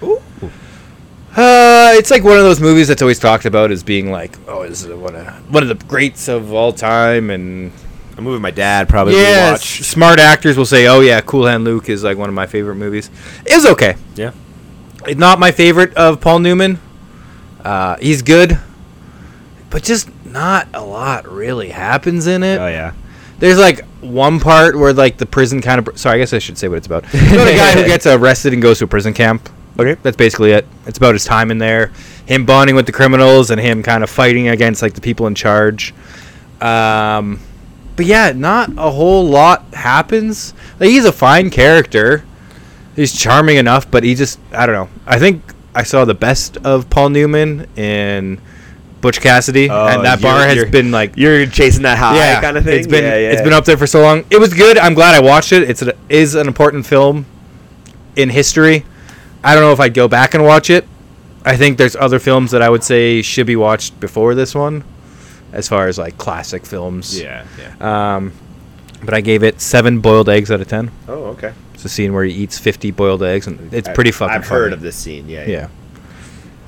Uh, it's like one of those movies that's always talked about as being like, oh, this is one of one of the greats of all time, and I'm moving my dad probably. yeah, Yeah. s- smart actors will say, oh yeah, Cool Hand Luke is like one of my favorite movies. It was okay. Yeah. It's not my favorite of Paul Newman. Uh, he's good, but just not a lot really happens in it. Oh yeah. There's like one part where like the prison kind of. Sorry, I guess I should say what it's about. It's about a guy who gets arrested and goes to a prison camp. Okay. That's basically it. It's about his time in there, him bonding with the criminals, and him kind of fighting against like the people in charge. Um, but yeah, not a whole lot happens. Like he's a fine character. He's charming enough, but he just I don't know. I think I saw the best of Paul Newman in Butch Cassidy, Oh, and that you're- bar has you're- been like You're chasing that high kind of thing. it's been yeah, yeah. it's been up there for so long. It was good. I'm glad I watched it. It's a, is an important film in history. I don't know if I'd go back and watch it. I think there's other films that I would say should be watched before this one, as far as like classic films. Yeah. Yeah. Um, but I gave it seven boiled eggs out of ten. Oh okay. It's a scene where he eats 50 boiled eggs, and it's pretty fucking. I've heard funny. of this scene. Yeah. Yeah.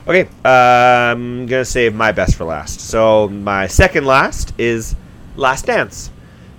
Okay, uh, I'm gonna save my best for last. So my second last is Last Dance.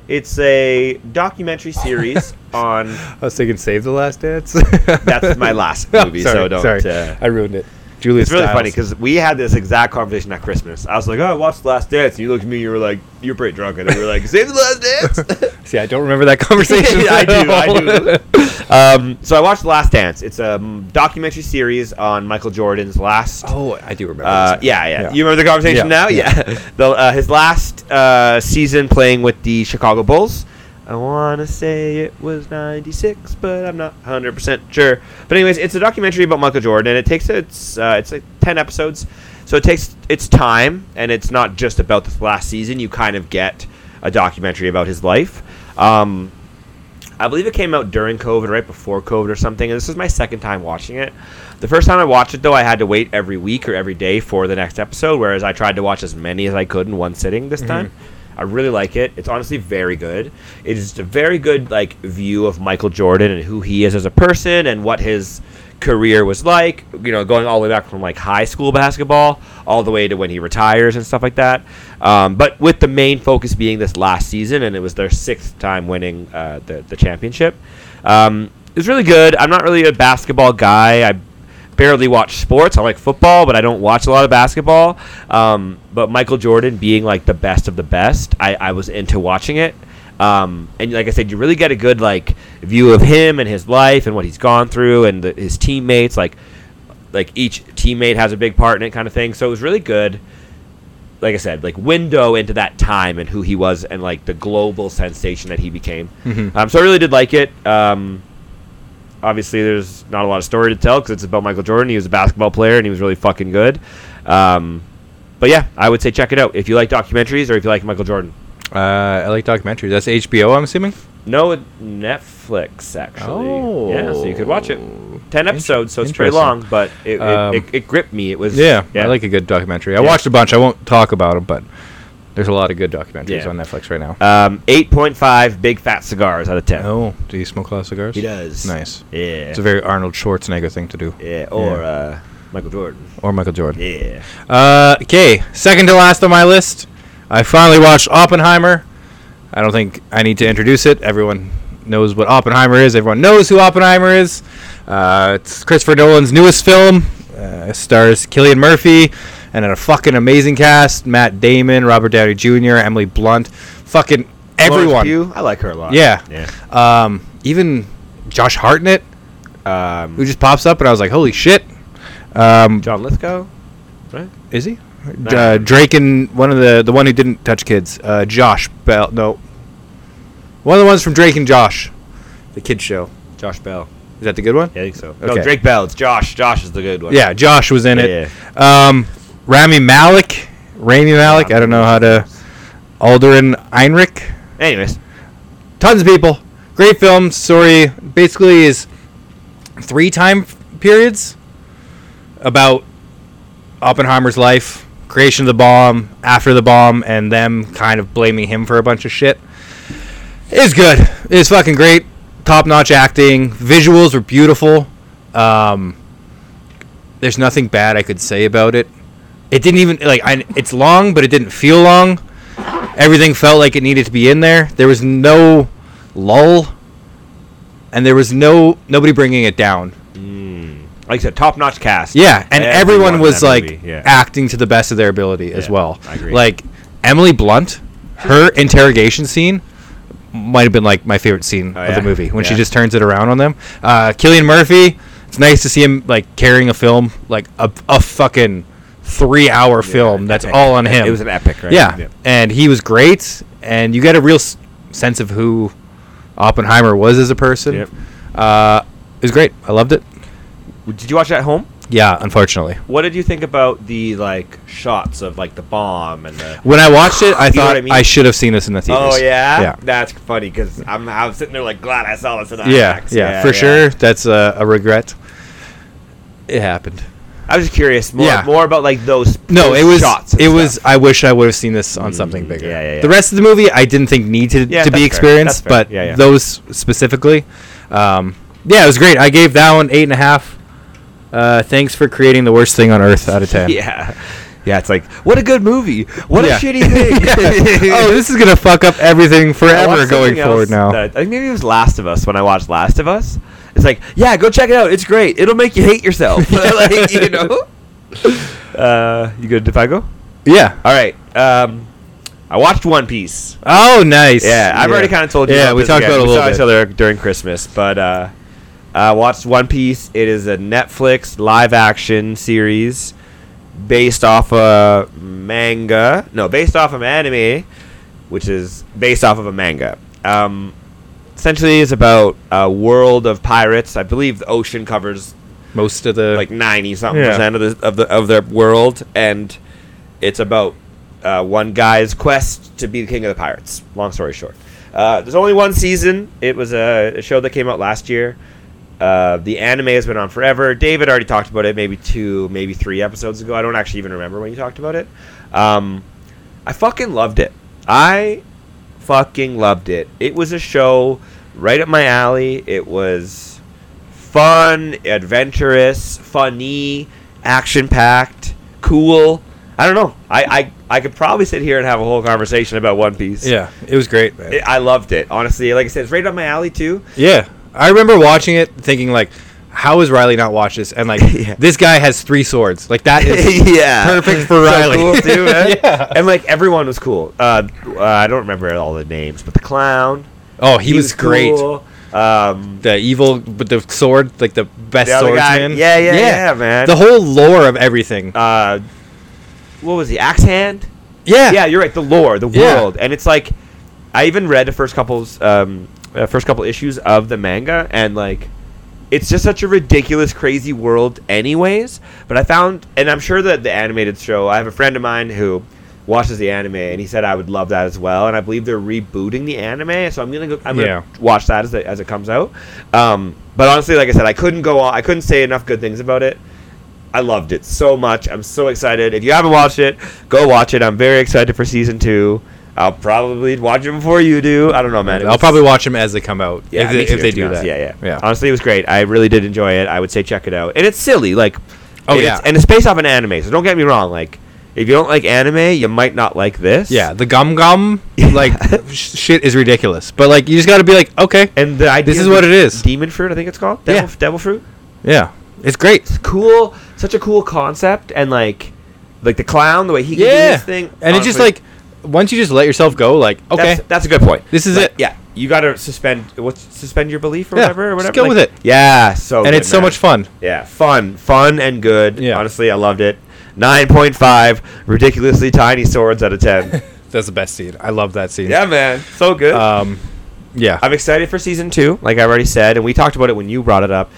It's a documentary series on. I was thinking, save the last dance. That's my last Oh, movie, sorry, so don't. Sorry, Uh, I ruined it. Julius. it's really funny Stiles. because we had this exact conversation at Christmas. I was like, "Oh, I watched Last Dance," and you looked at me, and you were like, "You're pretty drunk," and you were like, "Save the Last Dance." See, I don't remember that conversation. Yeah, I at do, I all. do. um, so I watched The Last Dance. It's a mm, documentary series on Michael Jordan's last Oh, I do remember. Uh, this. yeah, yeah, Yeah. You remember the conversation Yeah, now? Yeah. the, uh, his last uh, season playing with the Chicago Bulls. I want to say it was 96, but I'm not 100% sure. But anyways, it's a documentary about Michael Jordan, and it takes its uh, it's like 10 episodes. So it takes its time, and it's not just about this last season. You kind of get a documentary about his life. Um, I believe it came out during COVID, right before COVID or something. And this is my second time watching it. The first time I watched it, though, I had to wait every week or every day for the next episode, whereas I tried to watch as many as I could in one sitting this time. I really like it. It's honestly very good. It is a very good like view of Michael Jordan and who he is as a person and what his career was like, you know, going all the way back from like high school basketball all the way to when he retires and stuff like that. Um, but with the main focus being this last season, and it was their sixth time winning uh, the the championship. Um, it was really good. I'm not really a basketball guy. I barely watch sports. I like football, but I don't watch a lot of basketball. Um, but Michael Jordan being like the best of the best, I, I was into watching it. Um, and like I said, you really get a good like view of him and his life and what he's gone through and the, his teammates. Like, like each teammate has a big part in it, kind of thing. So it was really good. Like I said, like window into that time and who he was and like the global sensation that he became. Mhm. Um, so I really did like it. Um, obviously there's not a lot of story to tell because it's about Michael Jordan. He was a basketball player and he was really fucking good. Um, but yeah, I would say check it out if you like documentaries or if you like Michael Jordan. Uh, I like documentaries. That's HBO, I'm assuming. No, it- Netflix actually. Yeah, so you could watch it. Ten Int- episodes, so it's pretty Oh, interesting. long, but it, Um, it, it, it gripped me. It was Yeah, I like a good documentary. I Yeah. watched a bunch. I won't talk about them, but there's a lot of good documentaries Yeah. on Netflix right now. um, eight point five big fat cigars out of ten. oh, do you smoke a lot of cigars? He does. Nice. Yeah. It's a very Arnold Schwarzenegger thing to do, yeah. Or Uh, Michael Jordan. or Michael Jordan. Yeah. Uh, okay, second to last on my list. I finally watched Oppenheimer. I don't think I need to introduce it. Everyone knows what Oppenheimer is. Everyone knows who Oppenheimer is. Uh, it's Christopher Nolan's newest film. Uh, it stars Killian Murphy and a fucking amazing cast: Matt Damon, Robert Downey Jr., Emily Blunt, fucking Florence everyone. Pugh, I like her a lot. Yeah. Yeah. Um, even Josh Hartnett, Um, who just pops up, and I was like, "Holy shit!" Um, John Lithgow, right? Is he? Nah. Uh, Drake and one of the the one who didn't touch kids. Uh, Josh Bell. No. One of the ones from Drake and Josh, the kids show. Josh Bell. Is that the good one? Yeah, I think so. Okay. No, Drake Bell. It's Josh. Josh is the good one. Yeah, Josh was in Yeah, it. Um, Rami Malik, Rami Malik. I don't know how to. Alderan Einrich. Anyways, Tons of people. Great film. Story basically is three time periods about Oppenheimer's life, creation of the bomb, after the bomb, and them kind of blaming him for a bunch of shit. It's good. It's fucking great. Top notch acting. Visuals were beautiful. Um, there's nothing bad I could say about it. It didn't even like I, it's long, but it didn't feel long. Everything felt like it needed to be in there. There was no lull, and there was no nobody bringing it down. like I said, top-notch cast. Yeah, and everyone, in was that like movie, yeah. acting to the best of their ability as Yeah, well. I agree. Like Emily Blunt, her interrogation scene might have been like my favorite scene Oh, of yeah? the movie when she Yeah. just turns it around on them. Uh, Killian Murphy, it's nice to see him like carrying a film like a, a fucking three hour film that's epic. all on him. It was an epic, right? Yeah. and he was great, and you get a real s- sense of who Oppenheimer was as a person. Yep. Uh, it was great. I loved it. Did you watch it at home? Yeah, unfortunately. What did you think about the like shots of like the bomb and the? When I watched it, I You know thought what I, I mean? should have seen this in the theaters. Oh yeah, yeah, That's funny because I'm I'm sitting there like glad I saw this in IMAX. yeah, yeah, for sure. That's a, a regret. It happened. I was just curious more Yeah. more about like those No, those it was. shots. and it stuff. was. I wish I would have seen this on Mm, something bigger. yeah, yeah, yeah. The rest of the movie, I didn't think needed Yeah, that's to be fair. experienced, That's fair. but Yeah, yeah. those specifically, um, yeah, it was great. I gave that one eight and a half. Uh, thanks for creating the worst thing on earth out of ten. yeah. Yeah, it's like what a good movie. What Yeah. a shitty thing. Yeah. Oh, this is gonna fuck up everything I forever watched going something forward else now. that- I think maybe it was Last of Us when I watched Last of Us. It's like, yeah, go check it out. It's great. It'll make you hate yourself. like, you know. Uh, you good if I go? yeah. All right. Um, I watched One Piece. Oh, nice. Yeah, I've already kind of told you. Yeah, about we this talked again. about it a we little saw bit. each other during Christmas, but uh, I watched One Piece. It is a Netflix live action series based off a manga. No, based off of anime, which is based off of a manga. Um, essentially, it's about a world of pirates. I believe the ocean covers Most of the like ninety something Yeah. percent of the of the of their world, and it's about uh, one guy's quest to be the king of the pirates. Long story short, Uh, there's only one season. It was a, a show that came out last year. Uh, the anime has been on forever. David already talked about it, maybe two, maybe three episodes ago. I don't actually even remember when you talked about it. Um, I fucking loved it. I fucking loved it. It was a show right up my alley. It was fun, adventurous, funny, action packed, cool. I don't know. I, I I could probably sit here and have a whole conversation about One Piece. Yeah, it was great, man. I I loved it. Honestly, like I said, it's right up my alley too. Yeah, I remember watching it, thinking like, "How is Riley not watch this?" And like, Yeah. this guy has three swords. Like that is yeah, perfect for So Riley. cool too, eh? yeah. And like everyone was cool. Uh, uh, I don't remember all the names, but the clown. Oh, he, was, great. cool. Um, The evil, but the sword, like the best The other guy- swordsman. yeah, yeah, yeah, man. The whole lore of everything. uh, what was he? Axe hand. yeah, yeah, you're right. The lore, the Yeah. world, and it's like I even read the first couple's um, uh, first couple issues of the manga, and like it's just such a ridiculous, crazy world, anyways. But I found, and I'm sure that the animated show. I have a friend of mine who watches the anime, and he said I would love that as well. And I believe they're rebooting the anime, so I'm gonna go. I'm Yeah. gonna watch that as it, as it comes out. Um, but honestly, like I said, I couldn't go on. I couldn't say enough good things about it. I loved it so much. I'm so excited. If you haven't watched it, go watch it. I'm very excited for season two. I'll probably watch it before you do. I don't know, man. It I'll was- probably watch them as they come out. yeah, if me they, too, if they to be do honest. that. Yeah, yeah, yeah. Honestly, it was great. I really did enjoy it. I would say check it out. And it's silly, like, Oh, it's- yeah. and it's based off an anime. So don't get me wrong. Like, if you don't like anime, you might not like this. Yeah, the gum gum like sh- shit is ridiculous. But like, you just got to be like, okay, And the idea This of is what the it is. Demon fruit, I think it's called. Devil, Yeah. devil fruit. yeah, it's great. It's cool. Such a cool concept, and like, like the clown, the way he can do Yeah, his thing. and it's just Honestly, like once you just let yourself go, like, okay, That's, that's a good point. This is Like, it. Yeah, you got to suspend what suspend your belief or Yeah, whatever or just whatever. go with it. Yeah, so and good, it's so man. much fun. Yeah, fun, fun and good. Yeah. honestly, I loved it. Nine point five, ridiculously tiny swords out of ten. That's the best scene. I love that scene. yeah, man, so good. Um, yeah. I'm excited for season two, like I already said, and we talked about it when you brought it up.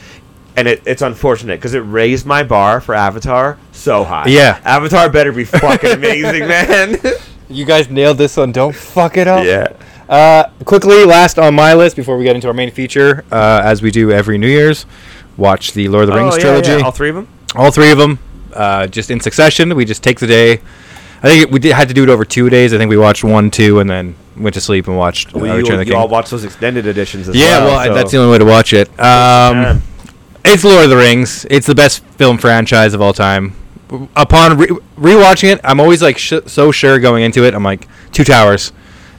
And it, it's unfortunate because it raised my bar for Avatar so high. Yeah. Avatar better be fucking amazing, man. Oh, you guys nailed this one. Don't fuck it up. yeah, Uh, quickly, last on my list before we get into our main feature, uh, as we do every New Year's, watch the Lord of the Rings Oh, yeah, trilogy. yeah, all three of them. all three of them uh, just in succession we just take the day i think we did, had to do it over two days i think we watched one two and then went to sleep and watched uh, Well, you, Return of the you King. all watch those extended editions as yeah well. well so- that's the only way to watch it Yeah. um, it's lord of the rings it's the best film franchise of all time upon re- rewatching it i'm always like sh- so sure going into it i'm like two towers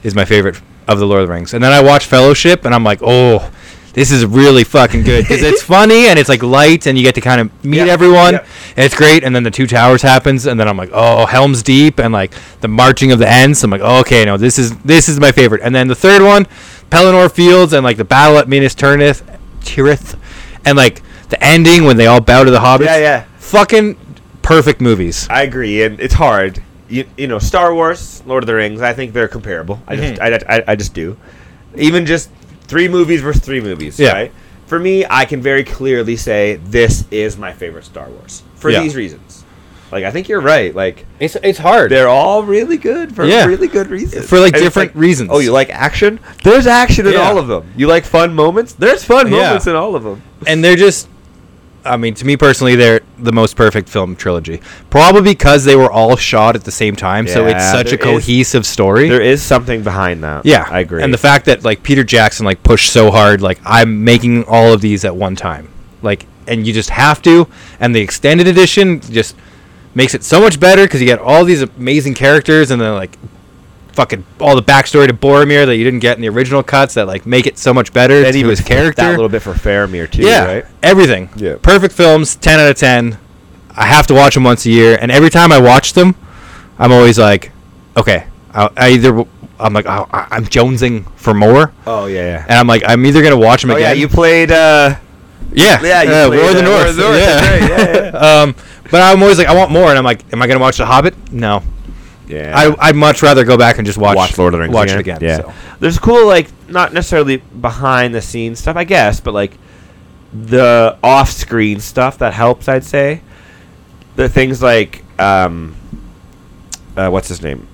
is my favorite of the lord of the rings and then i watch fellowship and i'm like oh this is really fucking good because it's funny and it's like light and you get to kind of meet Yeah, everyone yeah. and it's great and then the two towers happens and then i'm like oh helms deep and like the marching of the ends i'm like oh, okay no this is this is my favorite and then the third one pelennor fields and like the battle at minas tirith tirith and like the ending when they all bow to the hobbits Yeah, yeah. fucking perfect movies I agree, and it's hard. You, you know, Star Wars, Lord of the Rings. I think they're comparable. I just, Mm-hmm. I, I, I just do. Even just three movies versus three movies. Yeah. Right. For me, I can very clearly say this is my favorite Star Wars for Yeah. these reasons. Like, I think you're right. Like, it's it's hard they're all really good for Yeah. really good reasons. For, like, it's different reasons. Oh, you like action? There's action in Yeah. all of them. You like fun moments? There's fun Yeah. moments in all of them. and they're just I mean, to me personally, they're the most perfect film trilogy. Probably because they were all shot at the same time, so it's Yeah, such a there is- cohesive story. There is something behind that. Yeah, I agree. And the fact that like Peter Jackson like pushed so hard, like I'm making all of these at one time, like, and you just have to. And the extended edition just makes it so much better because you get all these amazing characters, and then like fucking all the backstory to Boromir that you didn't get in the original cuts that like make it so much better and to even his character. that little bit for Faramir too. yeah, Right. everything. Yeah. perfect films, ten out of ten. I have to watch them once a year, and every time I watch them, I'm always like, okay, I, I either w- I'm like I, I- I'm jonesing for more, Oh yeah. yeah. and I'm like I'm either gonna watch them Oh yeah, again. you played. Uh, yeah, yeah, you uh, played, War of the uh, North. War of the North, Yeah. that's right, yeah, um, but I'm always like I want more, and I'm like, am I gonna watch The Hobbit? No, yeah, I I'd much rather go back and just watch, watched Lord of the Rings. watch it again. so. there's cool like not necessarily behind the scenes stuff, I guess, but like the off screen stuff that helps. I'd say the things like um, uh, what's his name,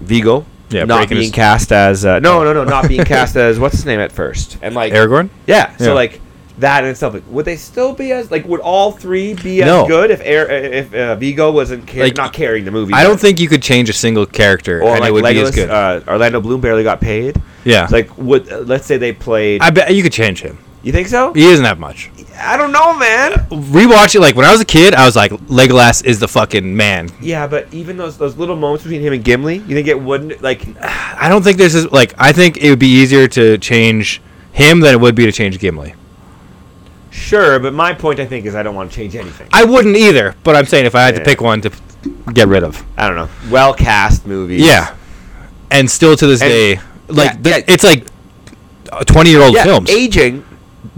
Vigo Yeah, not breaking being his- cast as uh, no, no, no, not being cast as what's his name at first, and like Aragorn. yeah, so Yeah. like that in itself, like, would they still be as like would all three be as No. good if Air, if uh, Vigo wasn't car- Like, not carrying the movie? I don't think you could change a single character or and like it would Legolas, be as good. Uh, Orlando Bloom barely got paid. yeah, It's like would uh, let's say they played. I bet you could change him. you think so? He doesn't have much. I don't know, man. Rewatch it. Like when I was a kid, I was like, Legolas is the fucking man. Yeah, but even those those little moments between him and Gimli, you think it wouldn't like? I don't think there's this, like I think it would be easier to change him than it would be to change Gimli. Sure, but my point I think is I don't want to change anything. I wouldn't either, but I'm saying if I had Yeah. to pick one to get rid of, I don't know. Well cast movies. yeah, and still to this And- day, like yeah, the- yeah. it's like twenty year old yeah. films Aging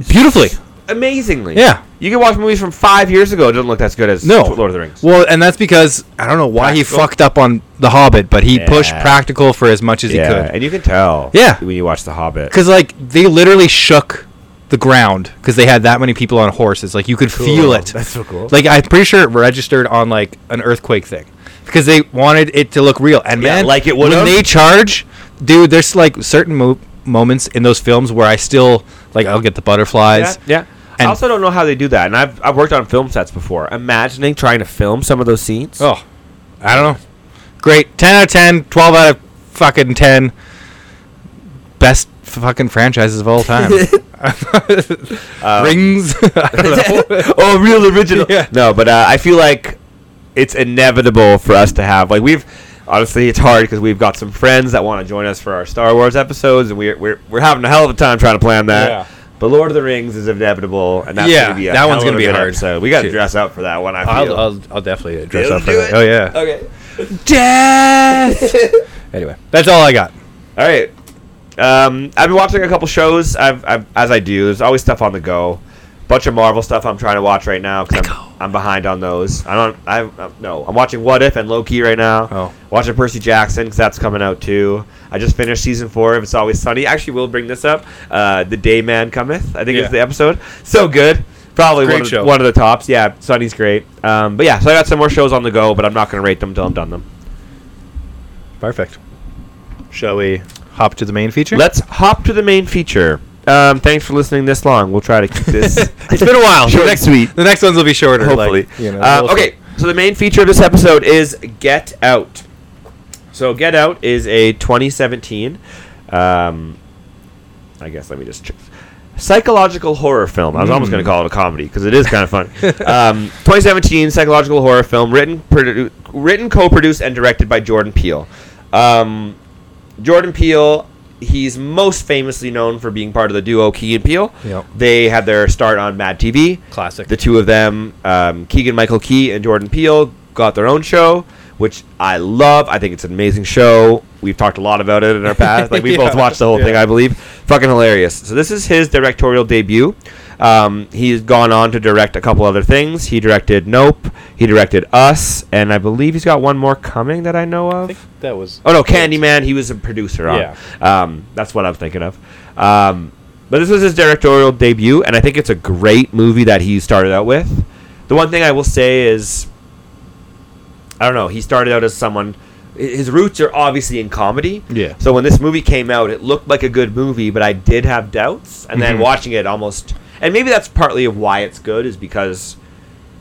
beautifully. amazingly. Yeah. You can watch movies from five years ago. It doesn't look as good as No. Lord of the Rings. Well, and that's because I don't know why Practical. he fucked up on The Hobbit, but he pushed Yeah. practical for as much as he could. and you can tell. Yeah. when you watch The Hobbit. Because like they literally shook the ground because they had that many people on horses. Like you could feel it. That's so cool. Like I'm pretty sure it registered on like an earthquake thing because they wanted it to look real. And Yeah, man, like it when would've. they charge, dude. There's like certain mo- moments in those films where I still like I'll get the butterflies. Yeah. yeah. I And- also don't know how they do that, and I've I've worked on film sets before. Imagining trying to film some of those scenes. Oh, I don't know. Great, ten out of 10, 12 out of fucking ten. Best fucking franchises of all time. Uh, Rings. I don't know. oh, real original. Yeah. No, but uh, I feel like it's inevitable for us to have like we've honestly it's hard because we've got some friends that want to join us for our Star Wars episodes, and we're we're we're having a hell of a time trying to plan that. Yeah. But Lord of the Rings is inevitable, and that's Yeah, gonna be a that one's hell of gonna a be good hard. Episode. We got to Dude. dress up for that one. I feel. I'll, I'll, I'll definitely dress Let's up for do that. it. Uh, Oh yeah. Okay. Death. anyway, that's all I got. All right. Um, I've been watching a couple shows. I've, I've as I do. There's always stuff on the go. Bunch of Marvel stuff I'm trying to watch right now because I'm, I'm behind on those. I don't. I uh, no. I'm watching What If and Loki right now. Oh. Watching Percy Jackson because that's coming out too. I just finished season four of It's Always Sunny. Actually, we'll bring this up. Uh, the Day Man Cometh. I think Yeah. is the episode. So good. Probably Great one of, the- show. one of the tops. Yeah, Sunny's great. Um, but yeah, so I got some more shows on the go, but I'm not gonna rate them until I'm done them. Perfect. Shall we hop to the main feature? Let's hop to the main feature. Um, thanks for listening this long. We'll try to keep this. it's been a while. Short the and next sweet. The next ones will be shorter. like, hopefully. you know, Uh, we'll see. okay, so the main feature of this episode is Get Out. So Get Out is a 2017. Um, I guess let me just check. Psychological horror film. I was almost Mm. going to call it a comedy because it is kind of fun. um, 2017 psychological horror film written, produ- written, co-produced, and directed by Jordan Peele. Um, Jordan Peele, he's most famously known for being part of the duo Keegan Peele. Yep. They had their start on Mad TV. Classic. The two of them, um, Keegan Michael Key and Jordan Peele, got their own show, which I love. I think it's an amazing show. We've talked a lot about it in our past. Like we both Yeah. watched the whole thing, Yeah. I believe. Fucking hilarious. So this is his directorial debut. Um, he's gone on to direct a couple other things. He directed Nope. He directed Us, and I believe he's got one more coming that I know I of. think that was. Oh no, Candyman. He was a producer on. Yeah. Um, that's what I'm thinking of. Um, but this was his directorial debut, and I think it's a great movie that he started out with. The one thing I will say is, I don't know. He started out as someone. hi- His roots are obviously in comedy. Yeah. So when this movie came out, it looked like a good movie, but I did have doubts. And then Mhm. watching it, almost, and maybe that's partly of why it's good, is because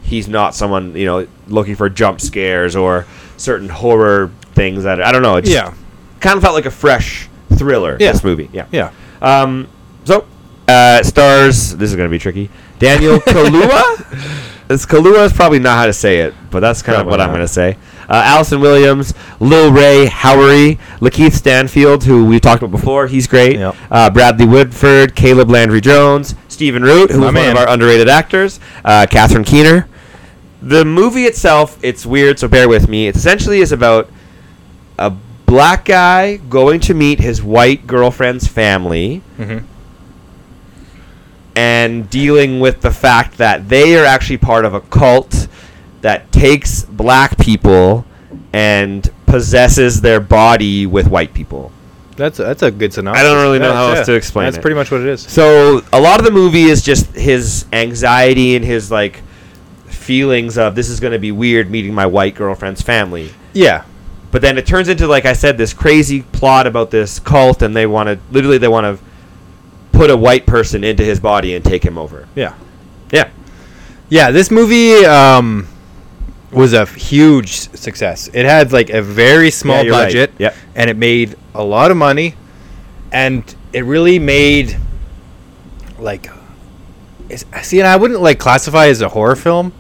he's not someone you know looking for jump scares or certain horror things that I don't know. It just Yeah. kind of felt like a fresh thriller. Yeah. This movie, yeah. Yeah. Um, so uh, stars. This is gonna be tricky. Daniel Kalua. This Kalua is probably not how to say it, but that's kind Probably of what I'm not. gonna say. Uh, Allison Williams, Lil Ray Howery, Lakeith Stanfield, who we talked about before, he's great. Yep. Uh, Bradley Woodford, Caleb Landry Jones, Stephen Root, who My was one man. of our underrated actors, uh, Catherine Keener. The movie itself, it's weird, so bear with me. It essentially is about a black guy going to meet his white girlfriend's family Mm-hmm. and dealing with the fact that they are actually part of a cult that takes black people and possesses their body with white people. That's a, that's a good synopsis. I don't really know That's- how else to explain That's it. pretty much what it is. So a lot of the movie is just his anxiety and his like feelings of this is going to be weird meeting my white girlfriend's family. Yeah. But then it turns into like I said, this crazy plot about this cult, and they want to literally they want to put a white person into his body and take him over. Yeah. Yeah, Yeah, this movie um, was a huge s- success. It had like a very small you're right. budget, Yep. and it made a lot of money, and it really made like. Is, see, and I wouldn't like classify it as a horror film,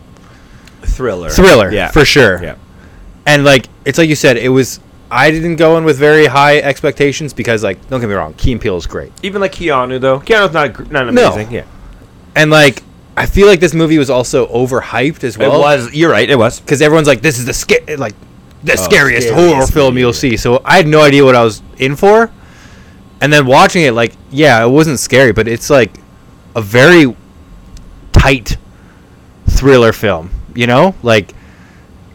thriller. thriller, Yeah, for sure. Yeah, And like, it's like you said, it was. I didn't go in with very high expectations because, like, don't get me wrong, Keen Peele is great. even like Keanu though. Keanu's not gr- not No. amazing. Yeah, And like, I feel like this movie was also overhyped as well. it was. You're right. It was. Oh, because everyone's like, "This is the sca- like the scariest scariest, horror film movie. you'll see." So I had no idea what I was in for, and then watching it, like, yeah, it wasn't scary, but it's like a very tight thriller film. You know, like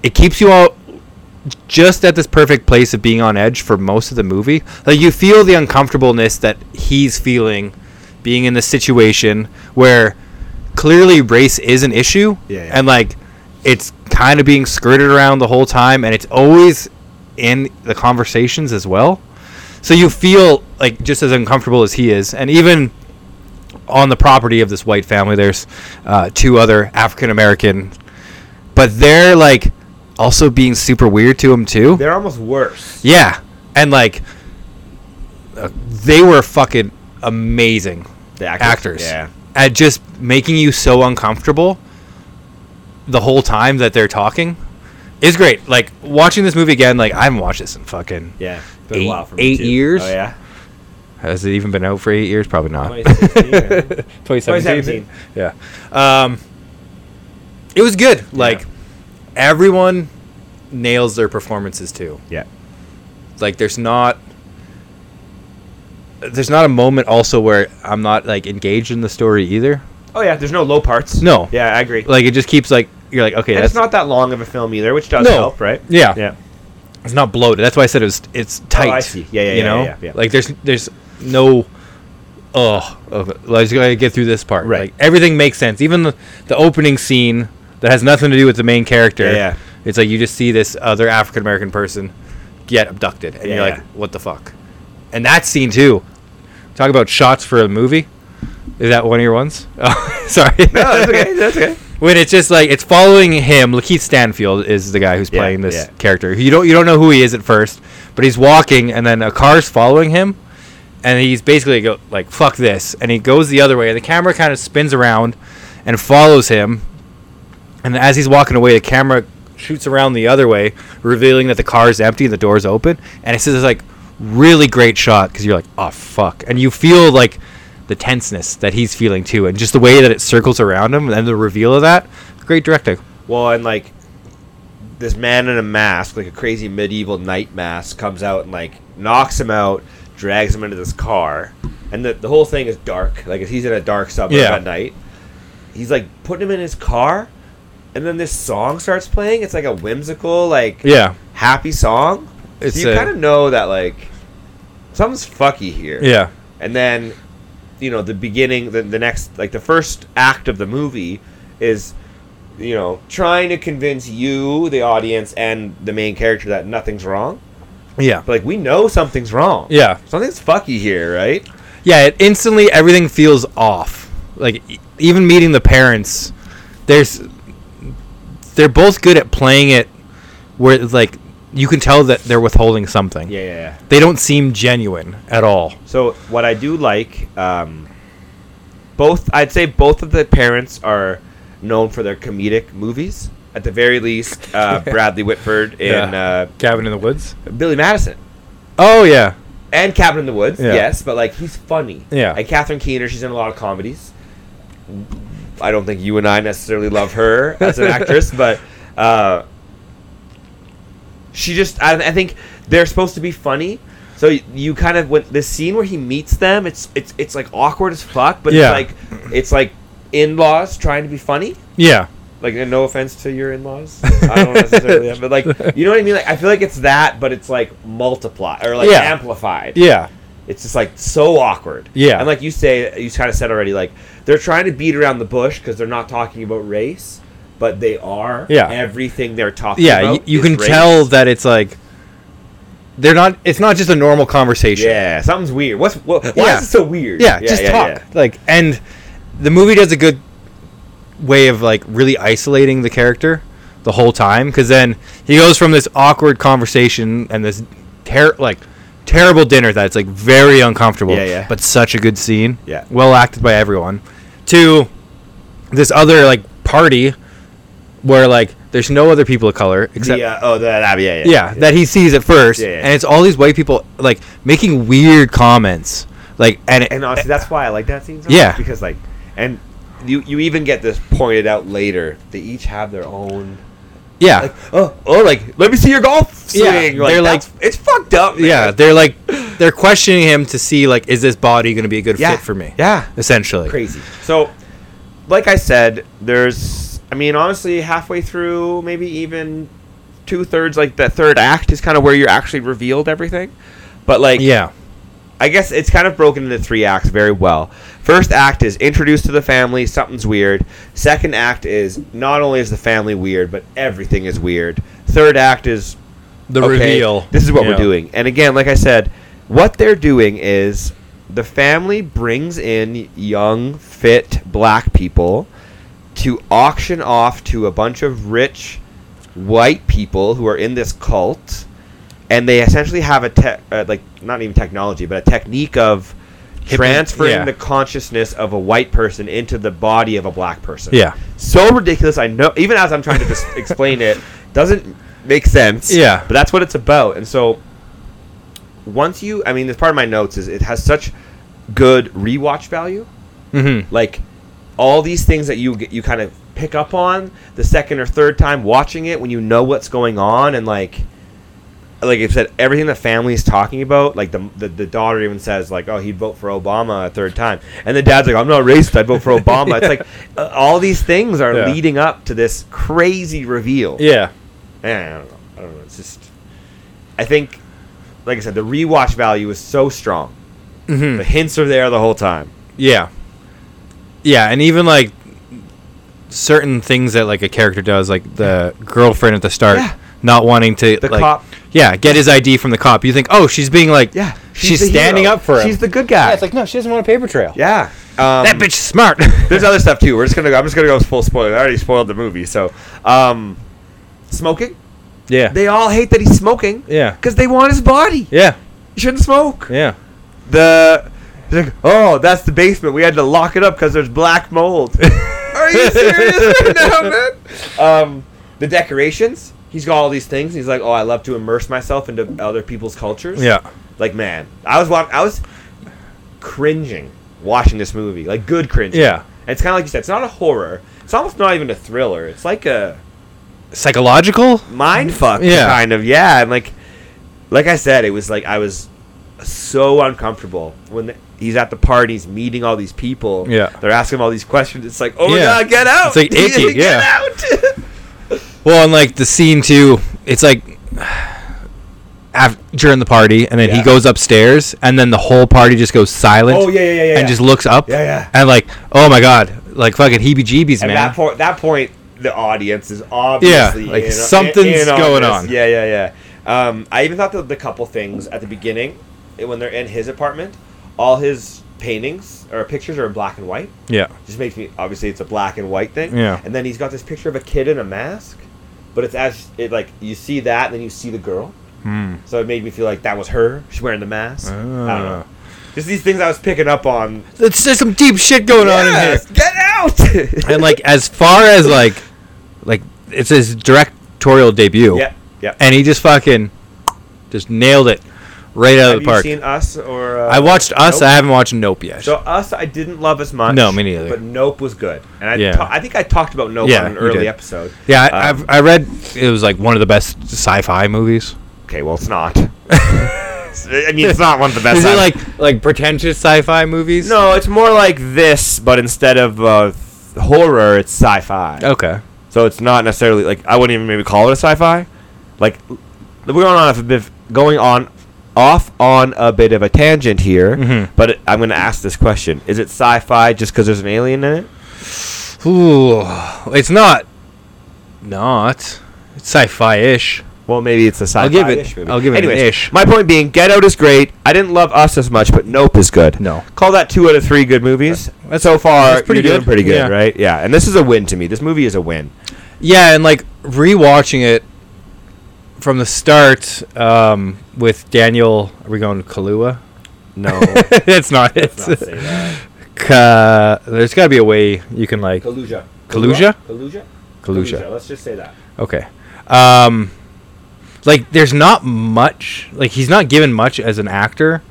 it keeps you all just at this perfect place of being on edge for most of the movie. Like you feel the uncomfortableness that he's feeling being in this situation where clearly race is an issue Yeah, yeah. and like it's kind of being skirted around the whole time and it's always in the conversations as well. So you feel like just as uncomfortable as he is and even on the property of this white family there's uh, two other African American but they're like also being super weird to him too. They're almost worse. yeah, and like uh, they were fucking amazing The actors. Yeah. at just making you so uncomfortable the whole time that they're talking is great. Like watching this movie again, like I haven't watched this in fucking. Yeah. It's Eight- eight years? Oh yeah. Has it even been out for eight years? Probably not. 2016, 2017. Yeah. Um, it was good. Like everyone nails their performances too. Yeah. like there's not there's not a moment also where I'm not like engaged in the story either. Oh yeah. There's no low parts. No. Yeah, I agree. Like it just keeps like you're like okay, and that's it's not that long of a film either, which does No. help, right? Yeah. Yeah. it's not bloated. That's why I said it was it's tight. Oh, see. Yeah, yeah, you yeah, know, yeah, yeah. like there's there's no oh, I just gotta get through this part. Right. Like everything makes sense. Even the, the opening scene that has nothing to do with the main character. Yeah, yeah. It's like you just see this other African American person get abducted, and Yeah, you're like, yeah. what the fuck? And that scene too. Talk about shots for a movie. Is that one of your ones? Oh, sorry. No, that's okay. That's okay. When it's just like it's following him, Lakeith Stanfield is the guy who's Yeah, playing this yeah. character. You don't you don't know who he is at first, but he's walking, and then a car's following him, and he's basically go like "fuck this," and he goes the other way, and the camera kind of spins around and follows him, and as he's walking away, the camera shoots around the other way, revealing that the car is empty and the door's open. And it's just like really great shot because you're like, oh fuck, and you feel like the tenseness that he's feeling too, and just the way that it circles around him and the reveal of that. Great directing. Well, and like this man in a mask, like a crazy medieval knight mask, comes out and like knocks him out, drags him into this car, and the the whole thing is dark. Like he's in a dark suburb Yeah. at night. He's like putting him in his car, and then this song starts playing. It's like a whimsical, like Yeah, happy song. It's so you a- kind of know that like something's fucky here. yeah, and then you know the beginning the, the next like the first act of the movie is you know trying to convince you the audience and the main character that nothing's wrong yeah, but like we know something's wrong yeah, something's fucky here right yeah. It instantly everything feels off. Like e- even meeting the parents, there's they're both good at playing it where like you can tell that they're withholding something. yeah, yeah, yeah. they don't seem genuine at all. so what i do like um both i'd say both of the parents are known for their comedic movies at the very least uh, bradley whitford in Yeah. Cabin in the Woods. uh, billy madison Oh yeah, and Cabin in the Woods, Yeah. yes, but like he's funny. Yeah. And Catherine Keener, she's in a lot of comedies. I don't think you and I necessarily love her as an actress, but uh, she just I, I think they're supposed to be funny. So y- you kind of when the scene where he meets them, it's it's it's like awkward as fuck, but Yeah. it's like it's like in laws trying to be funny. yeah, Like and no offense to your in laws, I don't necessarily, have- but like you know what I mean. Like I feel like it's that, but it's like multiplied or like Yeah. amplified yeah, it's just like so awkward. Yeah. And like you say, you kind of said already, like they're trying to beat around the bush because they're not talking about race, but they are. Yeah. Everything they're talking yeah. about. You, you is can race. tell that it's like they're not. It's not just a normal conversation. Yeah, something's weird. What's what, why Yeah. is it so weird? Yeah, just talk. Like, and the movie does a good way of like really isolating the character the whole time because then he goes from this awkward conversation and this ter- like terrible dinner that's like very uncomfortable, Yeah, yeah. but such a good scene. Yeah. well acted by everyone. To this other like party where like there's no other people of color except. The, uh, oh, that, that- yeah, yeah, Yeah, that he sees at first, Yeah, yeah. and it's all these white people like making weird comments, like and, it- and uh, honestly, that's why I like that scene. So Yeah. much, because like, and you you even get this pointed out later. They each have their own. yeah, Like, oh, oh, like let me see your golf swing. Yeah, like, they're that's- it's fucked up. man. yeah, they're like they're questioning him to see like is this body going to be a good Yeah, fit for me? Yeah, essentially. crazy. So, like I said, there's. I mean, honestly, halfway through, maybe even two thirds, like the third act is kind of where you're actually revealed everything. But like, Yeah, I guess it's kind of broken into three acts very well. First act is introduced to the family, something's weird. Second act is not only is the family weird, but everything is weird. Third act is the okay, reveal. This is what Yeah. we're doing. And again, like I said, what they're doing is the family brings in young, fit black people to auction off to a bunch of rich white people who are in this cult, and they essentially have a te- uh, like not even technology, but a technique of Hypno- transferring yeah. the consciousness of a white person into the body of a black person. Yeah. so ridiculous. I know. Even as I'm trying to just explain it, doesn't make sense. Yeah. but that's what it's about. And so once you, I mean, this part of my notes is it has such good rewatch value Mhm. like all these things that you get, you kind of pick up on the second or third time watching it when you know what's going on and like like I said, everything the family is talking about, like the, the the daughter even says, like, "Oh, he'd vote for Obama a third time," and the dad's like, "I'm not racist. I vote for Obama." It's like uh, all these things are Yeah. leading up to this crazy reveal. Yeah, Eh, I don't know. I don't know. It's just, I think, like I said, the rewatch value is so strong. Mhm. The hints are there the whole time. yeah, yeah, and even like certain things that like a character does, like the girlfriend at the start Yeah. not wanting to The like, cop. yeah, get his ID from the cop. You think, oh, she's being like, Yeah, she's, the standing hero. up for him. She's the good guy. Yeah, no, she doesn't want a paper trail. Um, that bitch is smart. There's other stuff too. We're just gonna. Go, I'm just gonna go full spoiler. I already spoiled the movie. So, um, smoking. yeah, They all hate that he's smoking yeah, because they want his body. yeah, He shouldn't smoke. yeah. The they're like, oh, that's the basement. We had to lock it up because there's black mold. Are you serious right now, man? Um, the decorations. He's got all these things. He's like, oh, I love to immerse myself into other people's cultures. Yeah. Like man, I was watching. I was cringing watching this movie. Like good cringing. Yeah. And it's kind of like you said. It's not a horror. It's almost not even a thriller. It's like a Psychological? mind fuck. Yeah. Kind of. Yeah. And like, like I said, it was like I was so uncomfortable when the, he's at the party. He's meeting all these people. Yeah. They're asking him all these questions. It's like, oh my Yeah. god, get out! It's like icky, get yeah. out! Well, and like the scene too, it's like af during the party, and then Yeah. he goes upstairs, and then the whole party just goes silent. Oh, yeah, yeah, yeah, yeah, yeah. And just looks up. Yeah, yeah. And like, oh my god, like fucking heebie-jeebies, At man. that point, that point, the audience is obviously Yeah, like in- something's in going this. on. Yeah, yeah, yeah. Um, I even thought that the couple things at the beginning, eh, when they're in his apartment, all his paintings or pictures are in black and white. yeah, Just makes me obviously it's a black and white thing. Yeah. And then he's got this picture of a kid in a mask, but it's as it like you see that, and then you see the girl. Hmm. So it made me feel like that was her. She's wearing the mask. I don't Ah. know. Just these things I was picking up on. It's, there's some deep shit going on in here. Yes, get out! And like, as far as like, like it's his directorial debut, yeah, yeah. and he just fucking just nailed it right out Have of the park. you seen Us or? Uh, I watched Us. Nope? I haven't watched Nope yet. so Us, I didn't love as much. No, me neither. But Nope was good, and I, Yeah. ta- I think I talked about Nope Yeah, on an you early did. episode. Yeah, I, Um, I've, I read it was like one of the best sci-fi movies. Okay, well, it's not. I mean, it's not one of the best. Is it I've- like like pretentious sci-fi movies? no? It's more like this, but instead of uh, th- horror, it's sci-fi. Okay. So it's not necessarily like I wouldn't even maybe call it a sci-fi. Like we're going on off a bit, going on off on a bit of a tangent here. Mhm. But I'm going to ask this question: Is it sci-fi just because there's an alien in it? Ooh, it's not. Not. It's sci-fi ish. Well, maybe it's a sci-fi. I'll give it- ish movie. I'll give it an Anyways, ish. My point being, Get Out is great. I didn't love Us as much, but Nope is good. No. Call that two out of three good movies. That's- so far, that's pretty you're doing good. pretty good, Yeah. right? Yeah. And this is a win to me. This movie is a win. Yeah, and like rewatching it from the start um, with Daniel. Are we going Kalua? No. it's not. It's let's not say that. Ka- there's got to be a way you can like Kaluja. Kaluja? Kaluja. Kalusha. Let's just say that. Okay. Um, like there's not much. Like he's not given much as an actor.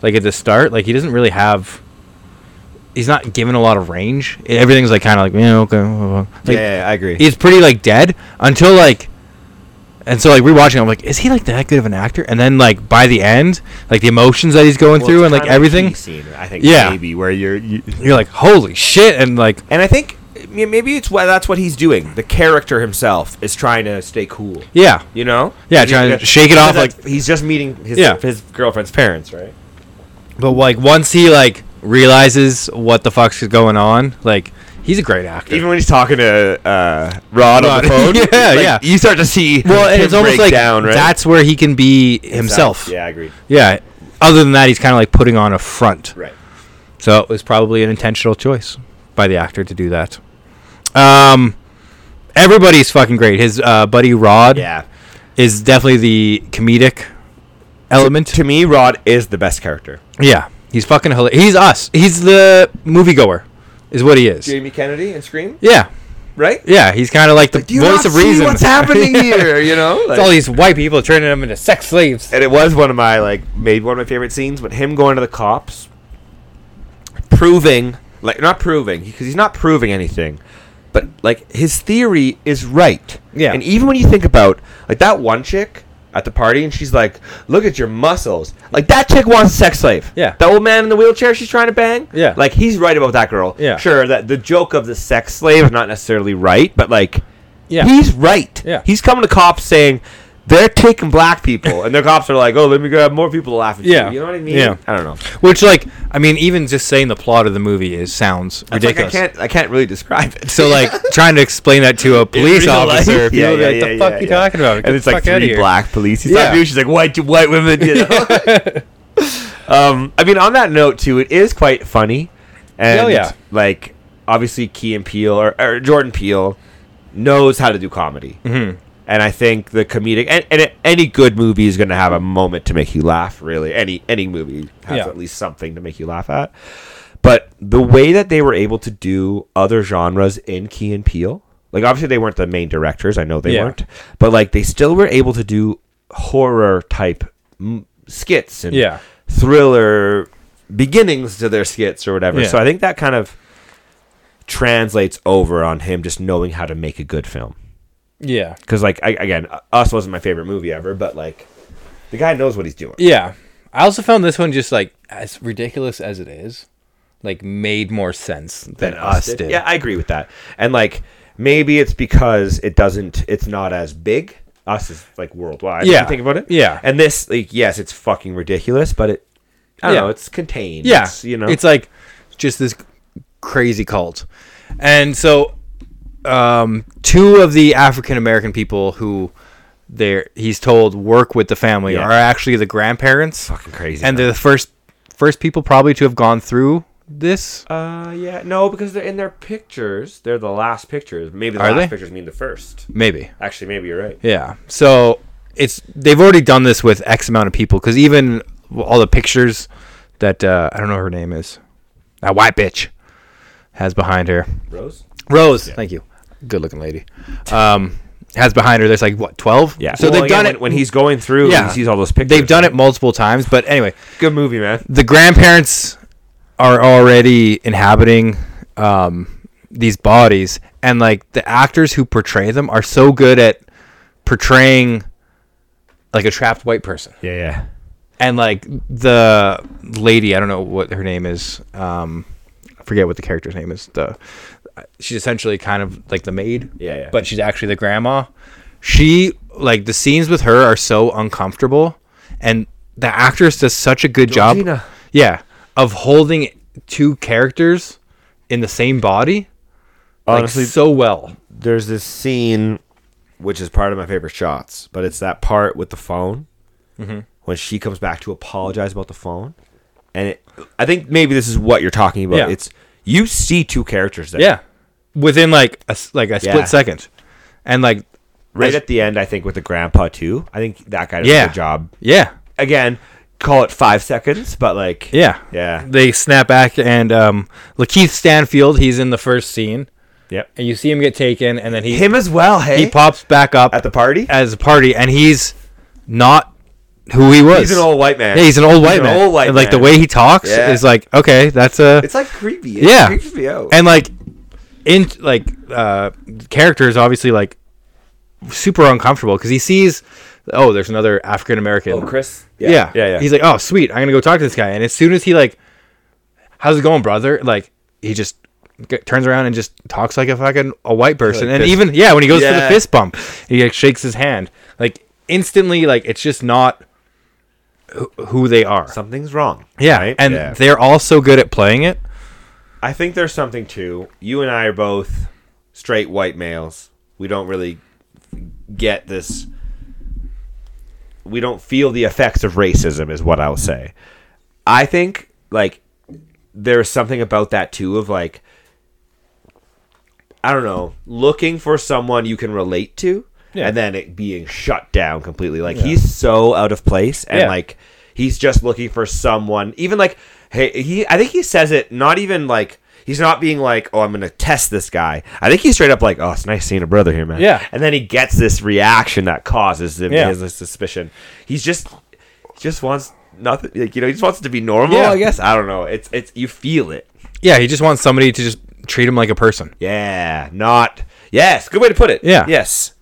Like at the start, like he doesn't really have. He's not given a lot of range. Everything's like kind of like yeah okay. uh, Like, yeah, yeah, I agree. he's pretty like dead until like and so like rewatching I'm like is he like that good of an actor and then like by the end like the emotions that he's going Well, through it's and like kinda a everything key Scene, I think. Yeah. Maybe where you're. You, you're like holy shit and like and I think I mean, maybe it's why that's what he's doing. The character himself is trying to stay cool. yeah You know? Yeah, He's trying just- to shake it off, because he's just meeting his Yeah. his girlfriend's parents, right? but like once he like realizes what the fuck's going on like he's a great actor Even when he's talking to uh, Rod, on Rod. the phone, Yeah, like, yeah. you start to see well and him it's almost break like down, right? that's where he can be himself Yeah, I agree. yeah other than that he's kind of like putting on a front Right. So it was probably an intentional choice by the actor to do that. Um, everybody's fucking great. His uh, buddy Rod Yeah. is definitely the comedic element. To me, Rod is the best character. yeah, he's fucking hilarious. He's us. He's the moviegoer, is what he is. Jamie Kennedy and Scream, Yeah, right? yeah. He's kind of like the voice of reason. here? You know, it's all these white people turning them into sex slaves. and it was one of my like maybe one of my favorite scenes, but him going to the cops, proving like not proving because he's not proving anything, but like his theory is right. Yeah. and even when you think about like that one chick at the party, and she's like, "Look at your muscles." Like that chick wants a sex slave. Yeah. the old man in the wheelchair she's trying to bang. Yeah. like he's right about that girl. Yeah. sure that the joke of the sex slave is not necessarily right, but like. Yeah, He's right. Yeah. He's coming to cops saying they're taking black people, and their cops are like, "Oh, let me grab more people to laugh at Yeah. you." You know what I mean? Yeah. I don't know. which like I mean, even just saying the plot of the movie is sounds It's like I ridiculous. can't. I can't really describe it. So like trying to explain that to a police real life. officer, Yeah, people would be yeah, like, "The yeah, fuck yeah, you yeah. talking about?" Get and the it's like fuck outta three here." black police. He's Yeah. not new. She's like white white women. You know? um, I mean, on that note too, it is quite funny, and Hell yeah. like obviously Key and Peele or, or Jordan Peele knows how to do comedy. Mm-hmm. And I think the comedic and, and it- any good movie is going to have a moment to make you laugh. Really, any any movie has Yeah. at least something to make you laugh at. But the way that they were able to do other genres in Key and Peele, like obviously they weren't the main directors. I know they Yeah. weren't, but like they still were able to do horror type m- skits and Yeah. thriller beginnings to their skits or whatever. Yeah. So I think that kind of translates over on him just knowing how to make a good film. Yeah, Because like I, again, Us wasn't my favorite movie ever, but like the guy knows what he's doing. yeah. I also found this one just like as ridiculous as it is, like made more sense than, us did. Yeah, I agree with that. And like maybe it's because it doesn't it's not as big. Us is like worldwide. if you Yeah. think about it. Yeah. And this like yes, it's fucking ridiculous, but it I don't Yeah. know, it's contained. yeah. It's, you know. it's like just this crazy cult, and so um, two of the African American people who they he's told work with the family Yeah. are actually the grandparents, fucking crazy. and they're the first first people probably to have gone through this. uh yeah, no, because they're in their pictures, they're the last pictures. Maybe the Are last they? pictures mean the first. Maybe Actually, maybe you're right. Yeah. So it's they've already done this with X amount of people because even all the pictures that uh, I don't know what her name is that white bitch has behind her Rose? Rose. Thank you. Good looking lady. Um, has behind her. There's like what twelve. Yeah. So Well, they've yeah, done when, it when he's going through Yeah. yeah. he sees all those pictures. They've done it multiple times, but anyway, Good movie, man. the grandparents are already inhabiting um, these bodies, and like the actors who portray them are so good at portraying like a trapped white person, Yeah, yeah. and like the lady, I don't know what her name is, um, I forget what the character's name is. The she's essentially kind of like the maid, Yeah, yeah. but she's actually the grandma. She like the scenes with her are so uncomfortable, and the actress does such a good job. Georgina. Yeah, of holding two characters in the same body, like, Honestly, so well. there's this scene which is part of my favorite shots. But it's that part with the phone Mhm. when she comes back to apologize about the phone, and it, I think maybe this is what you're talking about. Yeah. It's you see two characters there. Yeah, within like a s- like a split Yeah. second, and like Right as- at the end, I think with the grandpa too. I think that guy does a Yeah. good job. yeah, Again, call it five seconds, but like yeah, yeah, They snap back, and um, Lakeith Stanfield, he's in the first scene, yep. and you see him get taken, and then he Him as well. Hey, he pops back up at the party. as a party, and he's not who he was. He's an old white man. yeah, he's an old white an man. old white and, like the man. way he talks Yeah. is like okay, that's a it's like creepy. It Yeah. creeps me out. and like in like uh characters obviously like super uncomfortable because he sees oh there's another african american oh, Chris. yeah. yeah yeah, yeah. he's like oh sweet i'm gonna go talk to this guy and as soon as he like how's it going brother like he just g- turns around and just talks like a fucking a white person and fist- even yeah when he goes for Yeah. the fist bump he like shakes his hand like instantly like it's just not who, who they are something's wrong. yeah right? and Yeah. they're all so good at playing it I think there's something too. You and I are both straight white males. We don't really get this. We don't feel the effects of racism, is what I'll say. I think like there's something about that too of like I don't know, looking for someone you can relate to Yeah. and then it being shut down completely. Like he's so out of place and Yeah. like he's just looking for someone even like hey he I think he says it not even like he's not being like, Oh, I'm gonna test this guy. I think he's straight up like, Oh, it's nice seeing a brother here, man. Yeah. And then he gets this reaction that causes him Yeah. his suspicion. He's just he just wants nothing like you know, he just wants it to be normal, Yeah. I guess. I don't know. It's it's you feel it. yeah he just wants somebody to just treat him like a person Yeah, not. Yes, good way to put it. Yeah. Yes.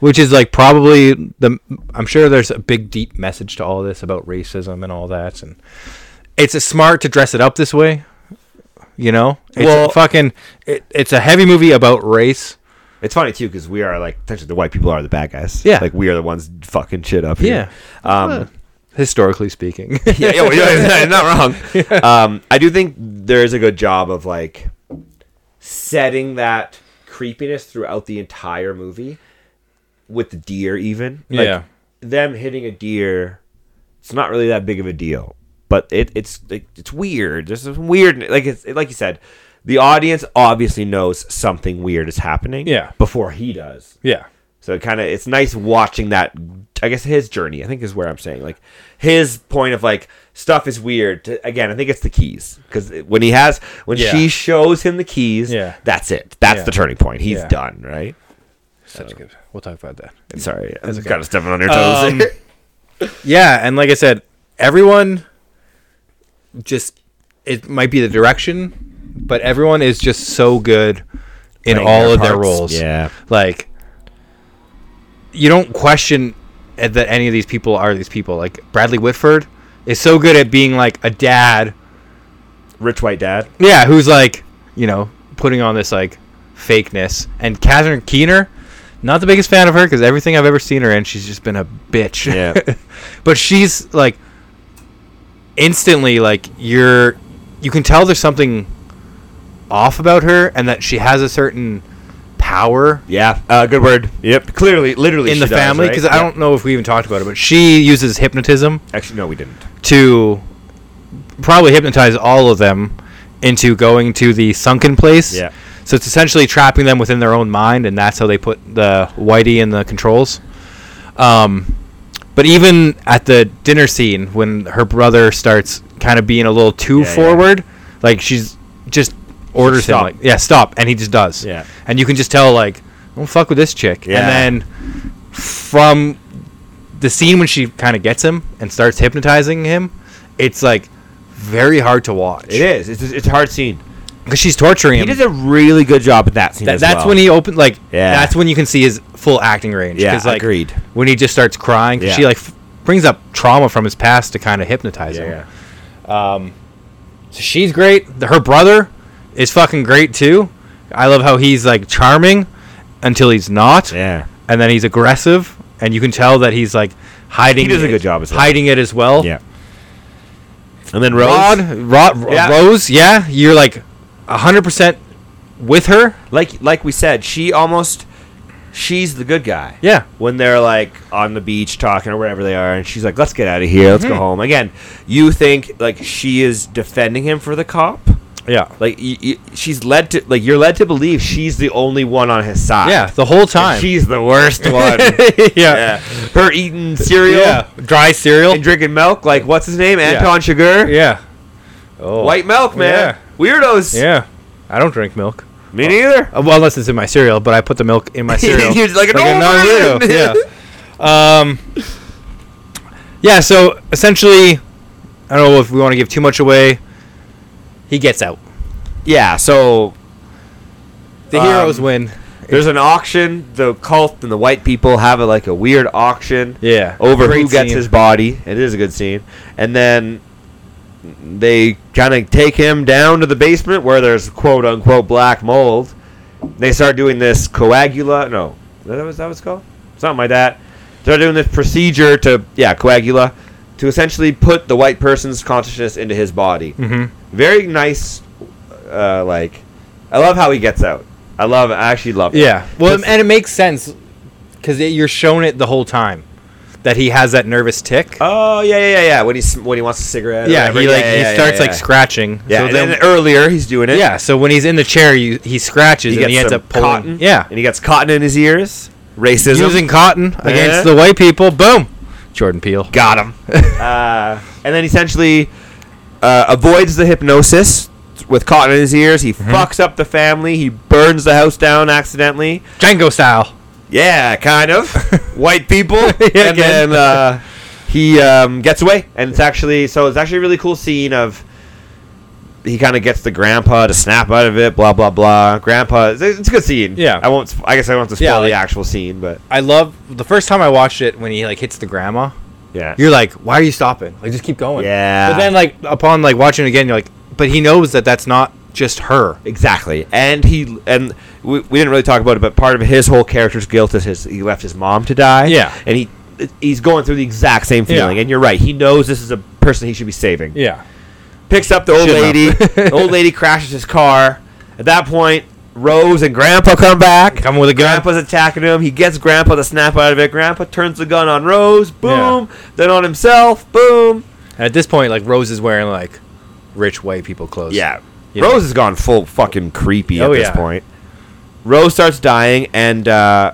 which is like probably the i'm sure there's a big deep message to all this about racism and all that and it's a smart to dress it up this way you know it's Well- a fucking it, it's a heavy movie about race It's funny too because we are like technically the white people are the bad guys. Yeah. like we are the ones fucking shit up here. Yeah, um, historically speaking yeah, yeah, well, yeah, you're not wrong. Um, I do think there is a good job of like setting that creepiness throughout the entire movie with the deer, even like, Yeah. them hitting a deer. It's not really that big of a deal, but it, it's it, it's weird. There's some weird, like it's like you said, the audience obviously knows something weird is happening. Yeah. before he does. yeah So it kind of it's nice watching that. I guess his journey. I think is where I'm saying like his point of like stuff is weird. To, again, I think it's the keys because when he has when Yeah. she shows him the keys, Yeah. that's it. That's Yeah. the turning point. He's Yeah. done. Right. such good we'll talk about that Sorry, I'm kind of stepping on your toes. Um, yeah and like i said everyone just it might be the direction but everyone is just so good in Playing all their of their parts. roles Yeah. like you don't question at- that any of these people are these people like bradley whitford is so good at being like a dad Rich white dad. yeah who's like you know putting on this like fakeness and Katherine keener not the biggest fan of her because everything i've ever seen her in she's just been a bitch Yeah. but she's like instantly like you're you can tell there's something off about her and that she has a certain power yeah. Uh, good word. Yep. Clearly, literally in the she does, family right? because I Yeah. don't know if we even talked about it, but she uses hypnotism actually no, we didn't. to probably hypnotize all of them into going to the sunken place. Yeah. So it's essentially trapping them within their own mind, and that's how they put the Whitey in the controls. Um, but even at the dinner scene, when her brother starts kind of being a little too Yeah, yeah. forward, like she's just orders Stop. him, like, yeah, stop, and he just does. Yeah. And you can just tell, like, don't fuck with this chick. Yeah. And then from the scene when she kind of gets him and starts hypnotizing him, it's like very hard to watch It is. It's it's a hard scene. because she's torturing He him. does a really good job at that scene. Th- as that's well. when he opened like Yeah. that's when you can see his full acting range. Yeah, 'cause, like, agreed. When he just starts crying, 'cause Yeah. she like f- brings up trauma from his past to kind of hypnotize Yeah. him. Um, yeah. So she's great. Th- Her brother is fucking great too. I love how he's like charming until he's not. Yeah. and then he's aggressive, and you can tell that he's like hiding. He does a it- good job as well. hiding it as well. Yeah. And then Rose, Rod, Rod, Ro- Yeah. Rose, yeah, you're like hundred percent with her. like like we said, she almost she's the good guy. Yeah. When they're like on the beach talking or wherever they are, and she's like, "Let's get out of here. Let's Mm-hmm. go home." Again, you think like she is defending him for the cop. Yeah. Like y y she's led to like you're led to believe she's the only one on his side. Yeah, the whole Ah. And time. she's the worst one. yeah, yeah. her eating cereal Yeah. Dry cereal. and drinking milk. Like what's his name? Yeah. Anton Chigurh. yeah. Oh. White milk, man. Weirdos. Yeah. I don't drink milk. Me neither. Uh, well, unless it's in my cereal, but I put the milk in my cereal. You're like an old non-hero, man. yeah. Um, yeah. So essentially, I don't know if we want to give too much away. He gets out. Yeah. So The Um, heroes win. There's an auction. The cult and the white people have a, like a weird auction Yeah. over Great who gets scene. his body. It is a good scene. And then they kind of take him down to the basement where there's quote unquote black mold. They start doing this coagula. No, that was that was called something like that. They're doing this procedure to yeah coagula to essentially put the white person's consciousness into his body Mhm. very nice uh, like i love how he gets out i love i actually love it Yeah. Well, 'Cause- and it makes sense because you're shown it the whole time that he has that nervous tick. oh yeah yeah yeah yeah when he's when he wants a cigarette or yeah. whatever. He like he yeah, starts yeah, like yeah. scratching. yeah So and then, then earlier he's doing it yeah. So when he's in the chair, you, he scratches he gets and he ends some up pulling. cotton Yeah. and he gets cotton in his ears racism Using cotton Yeah. against the white people. Boom. Jordan Peele. got him uh, and then essentially uh, avoids the hypnosis with cotton in his ears he Mm-hmm. fucks up the family he burns the house down accidentally Django style. Yeah, kind of. White people, and again. then uh, he um, gets away, and it's actually so it's actually a really cool scene of he kind of gets the grandpa to snap out of it, blah blah blah. Grandpa, it's, it's a good scene. Yeah. I won't. sp- I guess I won't have to Yeah, spoil like- the actual scene, but I love the first time I watched it when he like hits the grandma. yeah, You're like, why are you stopping? Like, just keep going. yeah. But then like upon like watching it again, you're like, but he knows that that's not just her. exactly, and he and we, we didn't really talk about it, but part of his whole character's guilt is his he left his mom to die. Yeah. and he he's going through the exact same Yeah. feeling, and you're right. He knows this is a person he should be saving. Yeah. picks up the old Shouldn't lady. have. the old lady crashes his car. At that point, Rose and Grandpa come back. Coming with a gun. Grandpa's attacking him. He gets Grandpa to snap out of it. Grandpa turns the gun on Rose. Boom. Then on himself. Boom. And at this point, like Rose is wearing like rich white people clothes. Yeah. Yeah. Rose has gone full fucking creepy Oh, at this yeah. point. Rose starts dying, and uh,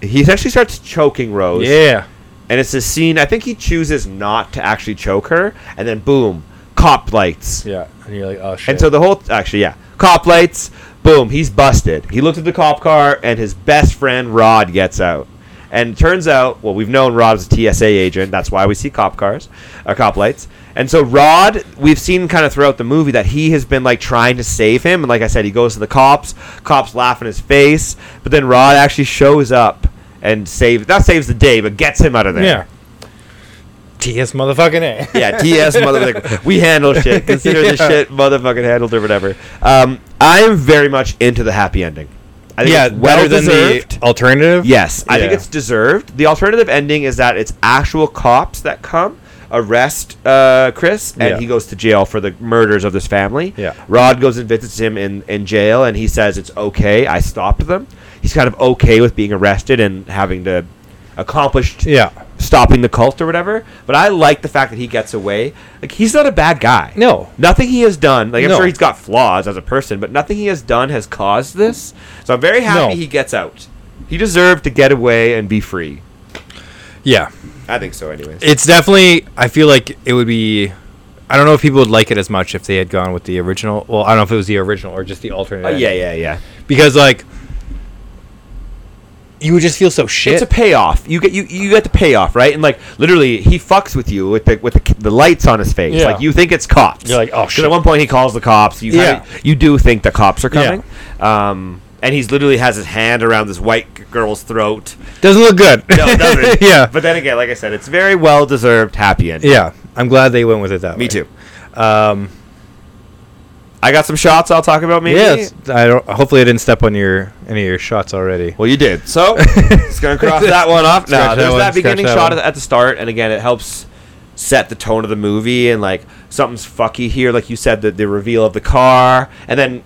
he actually starts choking Rose. Yeah. And it's a scene. I think he chooses not to actually choke her, and then boom, cop lights. Yeah. And you're like, oh shit. And so the whole actually, yeah, cop lights. Boom, he's busted. He looked at the cop car, and his best friend Rod gets out. And turns out, well, we've known Rod's a TSA agent. That's why we see cop cars, or cop lights. And so Rod, we've seen kind of throughout the movie that he has been like trying to save him. And like I said, he goes to the cops. Cops laugh in his face, but then Rod actually shows up and saves. Not saves the day, but gets him out of there. yeah. TS motherfucking A. Yeah, TS motherfucker. We handle shit. Consider this Yeah. shit motherfucking handled or whatever. Um, I'm very much into the happy ending. I yeah. it's well better than deserved. the alternative. Yes, I think Yeah. it's deserved. The alternative ending is that it's actual cops that come arrest uh, Chris, and Yeah. he goes to jail for the murders of this family. Yeah. Rod goes and visits him in in jail, and he says it's okay. I stopped them. He's kind of okay with being arrested and having to accomplished Yeah. stopping the cult or whatever. But I like the fact that he gets away. Like he's not a bad guy. No. Nothing he has done, like I'm No. sure he's got flaws as a person, but nothing he has done has caused this. So I'm very happy No. he gets out. He deserved to get away and be free. Yeah. I think so anyways. It's definitely. I feel like it would be. I don't know if people would like it as much if they had gone with the original. Well, I don't know if it was the original or just the alternate. Uh, yeah, ending. yeah, yeah. Because like, you would just feel so It's shit. a payoff. You get you you get the payoff, right? And like literally he fucks with you with the with the, the lights on his face. Yeah. Like you think it's cops. You're like, oh, 'Cause shit. at one point he calls the cops. You kinda- Yeah. you do think the cops are Yeah. coming. Um and he's literally has his hand around this white g- girl's throat. doesn't look good. No, it doesn't. yeah. But then again, like I said, it's very well deserved happy ending. yeah. I'm glad they went with it that way. Me too. Um. I got some shots I'll talk about maybe. Yes. I don't. Hopefully, I didn't step on your any of your shots already. Well, you did. So, it's going to cross that one off. Scratch Now, that there's one, that scratch beginning that shot one. at at the start, and again, it helps set the tone of the movie, and like something's fucky here, like you said, the, the reveal of the car, and then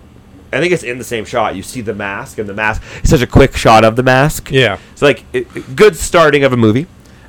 I think it's in the same shot. You see the mask and the mask. It's such a quick shot of the mask. Yeah. It's like it, it- good starting of a movie.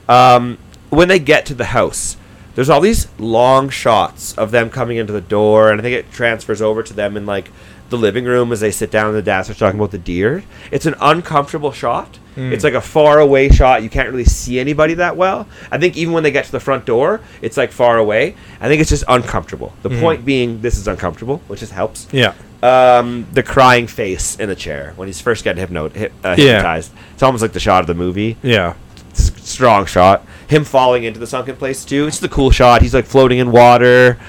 Um, when they get to the house, there's all these long shots of them coming into the door, and I think it transfers over to them in like the living room as they sit down and the dads are talking about the deer. It's an uncomfortable shot. It's like a far away shot. You can't really see anybody that well. I think even when they get to the front door, it's like far away. I think it's just uncomfortable. The point being, this is uncomfortable, which just helps Yeah. um, the crying face in the chair when he's first getting hypno- hip, uh, Yeah. hypnotized. It's almost like the shot of the movie. Yeah. It's a strong shot. Him falling into the sunken place too. It's just a cool shot. He's like floating in water.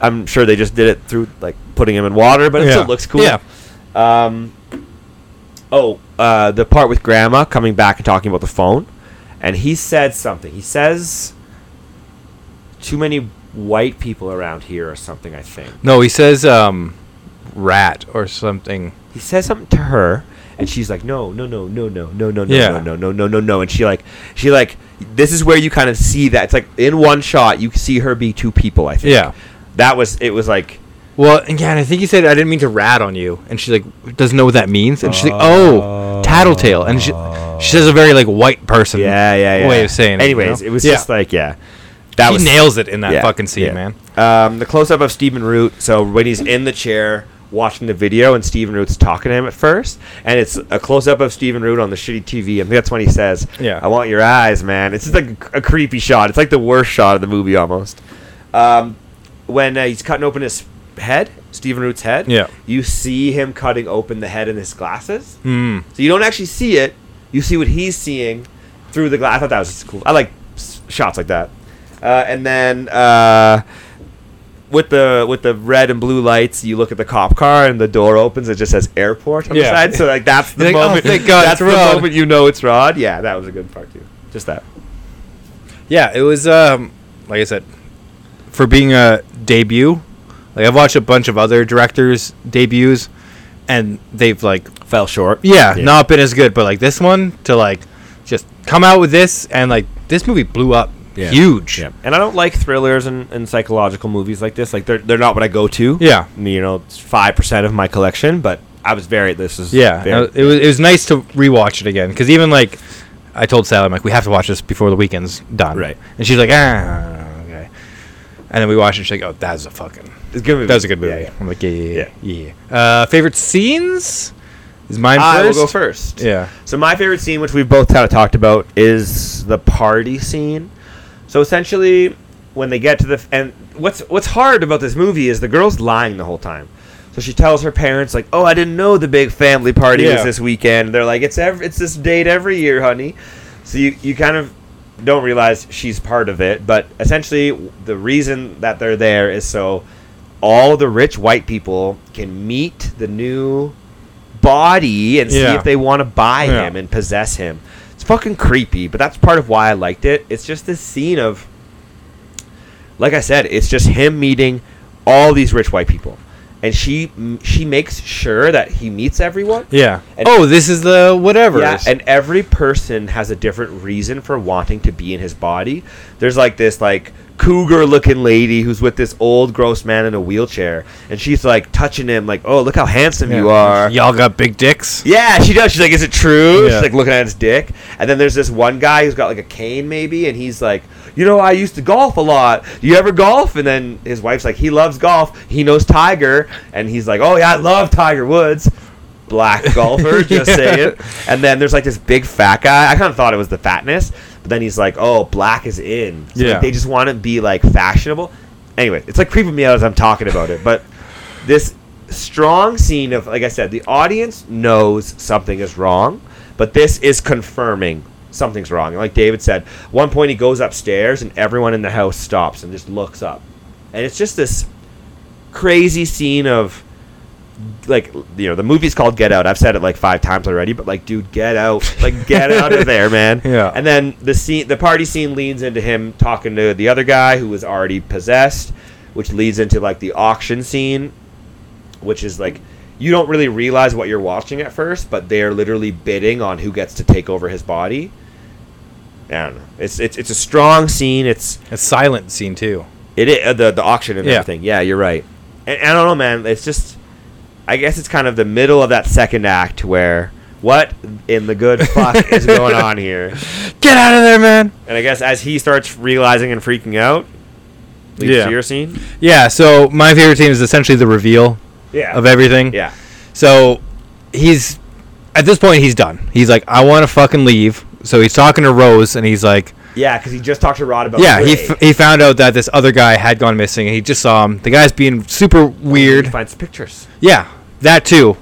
I'm sure they just did it through like putting him in water, but it yeah. still looks cool. Yeah. Um, oh, uh, the part with Grandma coming back and talking about the phone, and he said something. He says, "Too many white people around here," or something. I think. No, he says um, rat or something. he says something to her and she's like no no no no no no no no Yeah. no no no no no no and she like she like this is where you kind of see that it's like in one shot you see her be two people i think Yeah. that was it was like Well, and yeah, and I think he said I didn't mean to rat on you, and she like doesn't know what that means, and she's like, oh, tattletale, and she she says a very like white person, yeah yeah yeah way of saying. anyways it, you know? it was Yeah. just like yeah that he was nails it in that yeah, fucking scene, yeah. man. Um, the close up of Stephen Root. So when he's in the chair watching the video, and Stephen Root's talking to him at first, and it's a close up of Stephen Root on the shitty TV, and that's when he says, Yeah. I want your eyes, man." It's just like a creepy shot. It's like the worst shot of the movie almost. Um, when uh, he's cutting open his head, Stephen Root's head, Yeah. you see him cutting open the head in his glasses. Mm. So you don't actually see it. You see what he's seeing through the glass. I thought that was just cool. I like s- shots like that. Uh, and then uh, with the with the red and blue lights, you look at the cop car and the door opens. It just says airport on Yeah. the side. So like that's the You're like, "Oh, moment. thank God, that's it's the Rod." moment you know it's Rod. Yeah, that was a good part too. Just that. Yeah, it was um, like I said, for being a debut. Like I've watched a bunch of other directors' debuts, and they've like Fell short. yeah, Yeah. not been as good. But like this one to like just come out with this and like this movie blew up Yeah. huge. Yeah. And I don't like thrillers and, and psychological movies like this. Like they're they're not what I go to. Yeah. You know, five percent of my collection, but I was very this is Yeah, very- it was it was nice to rewatch it again because even like I told Sally, I'm like, we have to watch this before the weekend's done. Right. And she's like, ah, okay. And then we watched it. She's like, oh, that's a fucking It's a good movie. that was a good movie. Yeah, yeah. I'm like, yeah, yeah, yeah. yeah. Uh, favorite scenes is mine I will first. go first. Yeah, So my favorite scene, which we've both kind of talked about, is the party scene. So essentially, when they get to the f- and what's what's hard about this movie is the girl's lying the whole time. So she tells her parents like, "Oh, I didn't know the big family party Yeah. was this weekend." They're like, "It's ev- it's this date every year, honey." So you you kind of don't realize she's part of it, but essentially the reason that they're there is so all the rich white people can meet the new body and see Yeah. if they want to buy Yeah. him and possess him. It's fucking creepy, but that's part of why I liked it. It's just this scene of, like I said, it's just him meeting all these rich white people, and she she makes sure that he meets everyone. yeah. And- oh, this is the whatever. Yeah, and every person has a different reason for wanting to be in his body. There's like this like cougar looking lady who's with this old gross man in a wheelchair and she's like touching him like, "Oh, look how handsome you are." Y'all got big dicks. Yeah, she does. She's like, "Is it true?" Yeah. She's like looking at his dick. And then there's this one guy who's got like a cane, maybe, and he's like, "You know, I used to golf a lot. Do you ever golf?" And then his wife's like, "He loves golf. He knows Tiger." And he's like, "Oh yeah, I love Tiger Woods." Black golfer, just Yeah. saying. And then there's like this big fat guy. I kind of thought it was the fatness, but then he's like, "Oh, black is in." So like, Yeah. they just want to be like fashionable. Anyway, it's like creeping me out as I'm talking about it, but this strong scene of like i said the audience knows something is wrong but this is confirming something's wrong like david said one point he goes upstairs and everyone in the house stops and just looks up and it's just this crazy scene of like you know the movie's called get out i've said it like five times already but like dude get out like get out of there man Yeah. and then the scene the party scene leans into him talking to the other guy who was already possessed which leads into like the auction scene which is like you don't really realize what you're watching at first, but they're literally bidding on who gets to take over his body. I don't know. It's it's it's a strong scene. It's A silent scene too. it, i- uh, the the auction and Yeah. everything. Yeah, you're right. And, I don't know, man. It's just I guess it's kind of the middle of that second act where what in the good fuck is going on here? Get out of there, man. And I guess as he starts realizing and freaking out, leads Yeah. to your scene. Yeah. So my favorite scene is essentially the reveal Yeah. of everything. Yeah. So he's at this point he's done. He's like, I want to fucking leave. So he's talking to Rose, and he's like, Yeah, because he just talked to Rod about Yeah, he, Ray. f- he found out that this other guy had gone missing, and he just saw him. The guy's being super He weird. finds pictures. Yeah, that too.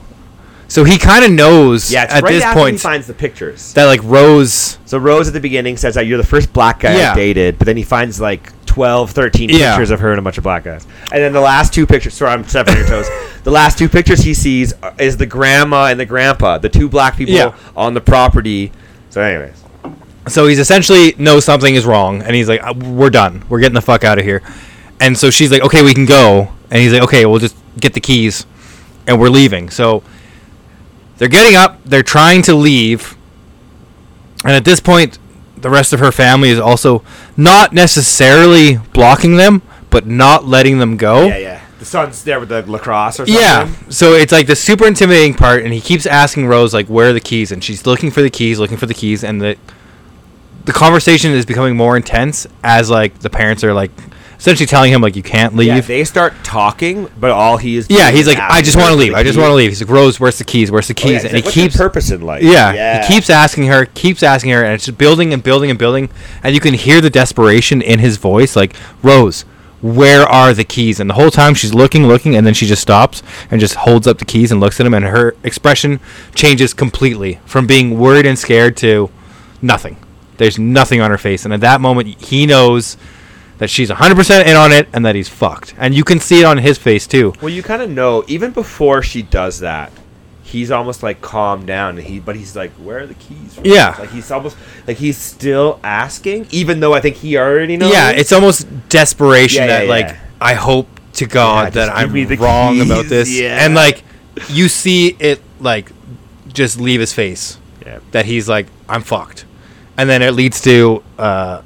So he kind of knows Yeah, it's at right this after he point finds the pictures. that like Rose. So Rose at the beginning says that you're the first black guy Yeah. I dated, but then he finds like 12, 13 Yeah. pictures of her and a bunch of black guys. And then the last two pictures, sorry, I'm stepping on your toes. The last two pictures he sees are- is the grandma and the grandpa, the two black people Yeah. on the property. So, anyways, So he's essentially knows something is wrong, and he's like, "Uh, "We're done. We're getting the fuck out of here." And so she's like, "Okay, we can go." And he's like, "Okay, we'll just get the keys, and we're leaving." So they're getting up. They're trying to leave, and at this point, the rest of her family is also not necessarily blocking them, but not letting them go. yeah, yeah. The son's there with the lacrosse or something. Oh. Yeah. So it's like the super intimidating part, and he keeps asking Rose like, "Where are the keys?" And she's looking for the keys, looking for the keys, and the the conversation is becoming more intense as like the parents are like essentially telling him like, "You can't leave." Yeah, they start talking, but all he is. Yeah, doing he's is like, "I asking just want her to for leave. the I just keys." want to leave." He's like, "Rose, where's the keys? Where's the Oh, yeah, keys?" he's and like, he "What's your keeps purpose in life. yeah, he keeps asking her, keeps asking her, and it's just building and building and building, and you can hear the desperation in his voice, like Rose. Where are the keys? And the whole time she's looking, looking, and then she just stops and just holds up the keys and looks at him, and her expression changes completely from being worried and scared to nothing. There's nothing on her face, and at that moment, he knows that she's 100% in on it and that he's fucked. And you can see it on his face too. Well, you kind of know even before she does that, he's almost like calmed down. And he, but he's like, "Where are the keys?" From Yeah. like he's almost like he's still asking, even though I think he already knows. Yeah, it's almost desperation Yeah, that yeah, like yeah. I hope to God Yeah, that just give I'm me the wrong keys, about this, yeah. and like you see it like just leave his face yeah. that he's like I'm fucked, and then it leads to uh,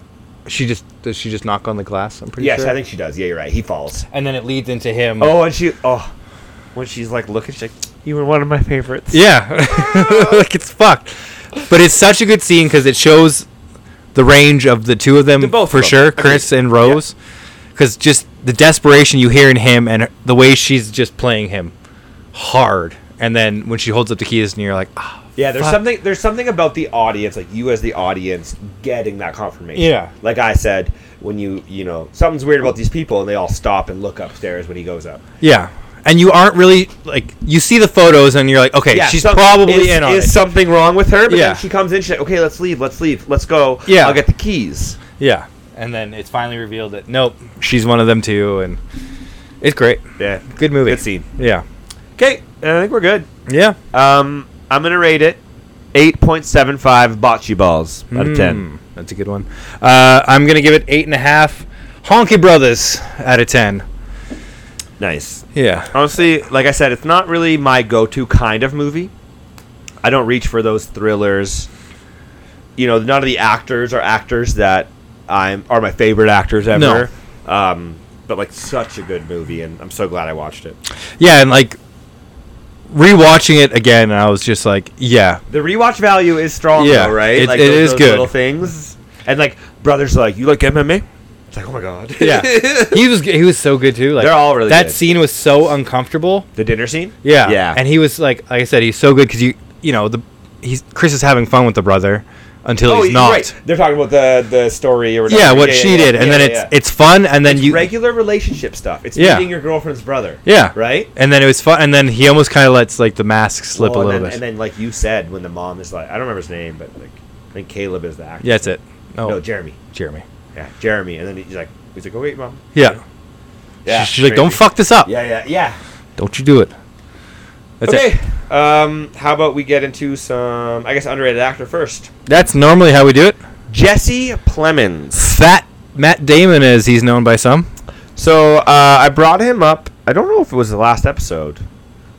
she just does she just knock on the glass? I'm pretty Yes, sure. I think she does. Yeah, you're right. He falls. and then it leads into him. Oh, and she oh, when she's like looking, she's like, "You were one of my favorites." Yeah, like it's fucked, but it's such a good scene because it shows the range of the two of them The both for of them. sure, Agreed. Chris and Rose, because just the desperation you hear in him and the way she's just playing him hard, and then when she holds up the keys and you're like, ah, Yeah, there's Fuck. something there's something about the audience, like you as the audience, getting that confirmation. Yeah. Like I said, when you you know something's weird about these people, and they all stop and look upstairs when he goes up. yeah, and you aren't really like you see the photos and you're like, okay, she's some- probably is, in on is it. something wrong with her? But Yeah. then she comes in. She's like, "Okay, let's leave. Let's leave. Let's go. Yeah. I'll get the keys." yeah, and then it's finally revealed that nope, she's one of them too, and it's great, Yeah, good movie, Good scene. yeah, Okay, I think we're good. yeah. Um, I'm gonna rate it eight point seven five bocce balls out of ten. Mm, That's a good one. Uh, I'm gonna give it eight and a half. Honky Brothers out of ten. Hmm. Nice. Yeah. Honestly, like I said, it's not really my go-to kind of movie. I don't reach for those thrillers. You know, none of the actors are actors that I'm are my favorite actors ever. Um, but like such a good movie, and I'm so glad I watched it. Yeah, and like rewatching it again, I was just like, yeah, The rewatch value is strong, Yeah, though, right? it- like it those, is those good. little things, and like brothers, are like you like MMA? It's like oh my god, yeah. he was he was so good too. Like They're all really that good. scene was so uncomfortable. the dinner scene, Yeah. yeah, And he was like, like I said, he's so good because you you know the he's Chris is having fun with the brother until he's Oh, you're not. They're talking about the the story or whatever. Yeah, what she did, and then it's it's fun, and then It's you regular relationship stuff. It's Yeah. meeting your girlfriend's brother. yeah, Right? and then it was fun, and then he almost kind of lets like the mask slip Well, a and little then, bit. And then, like you said, when the mom is like, I don't remember his name, but like, I think Caleb is the actor. yeah, that's it. Oh, No, Jeremy. Jeremy. Yeah, Jeremy. And then he's like, he's like, oh wait, mom. Yeah. Yeah. She's like, crazy. don't fuck this up. Yeah, yeah, yeah. Don't you do it. That's okay. it. Um, how about we get into some, I guess, underrated actor first? That's normally how we do it. Jesse Plemons. Fat Matt Damon, as he's known by some. So uh, I brought him up. I don't know if it was the last episode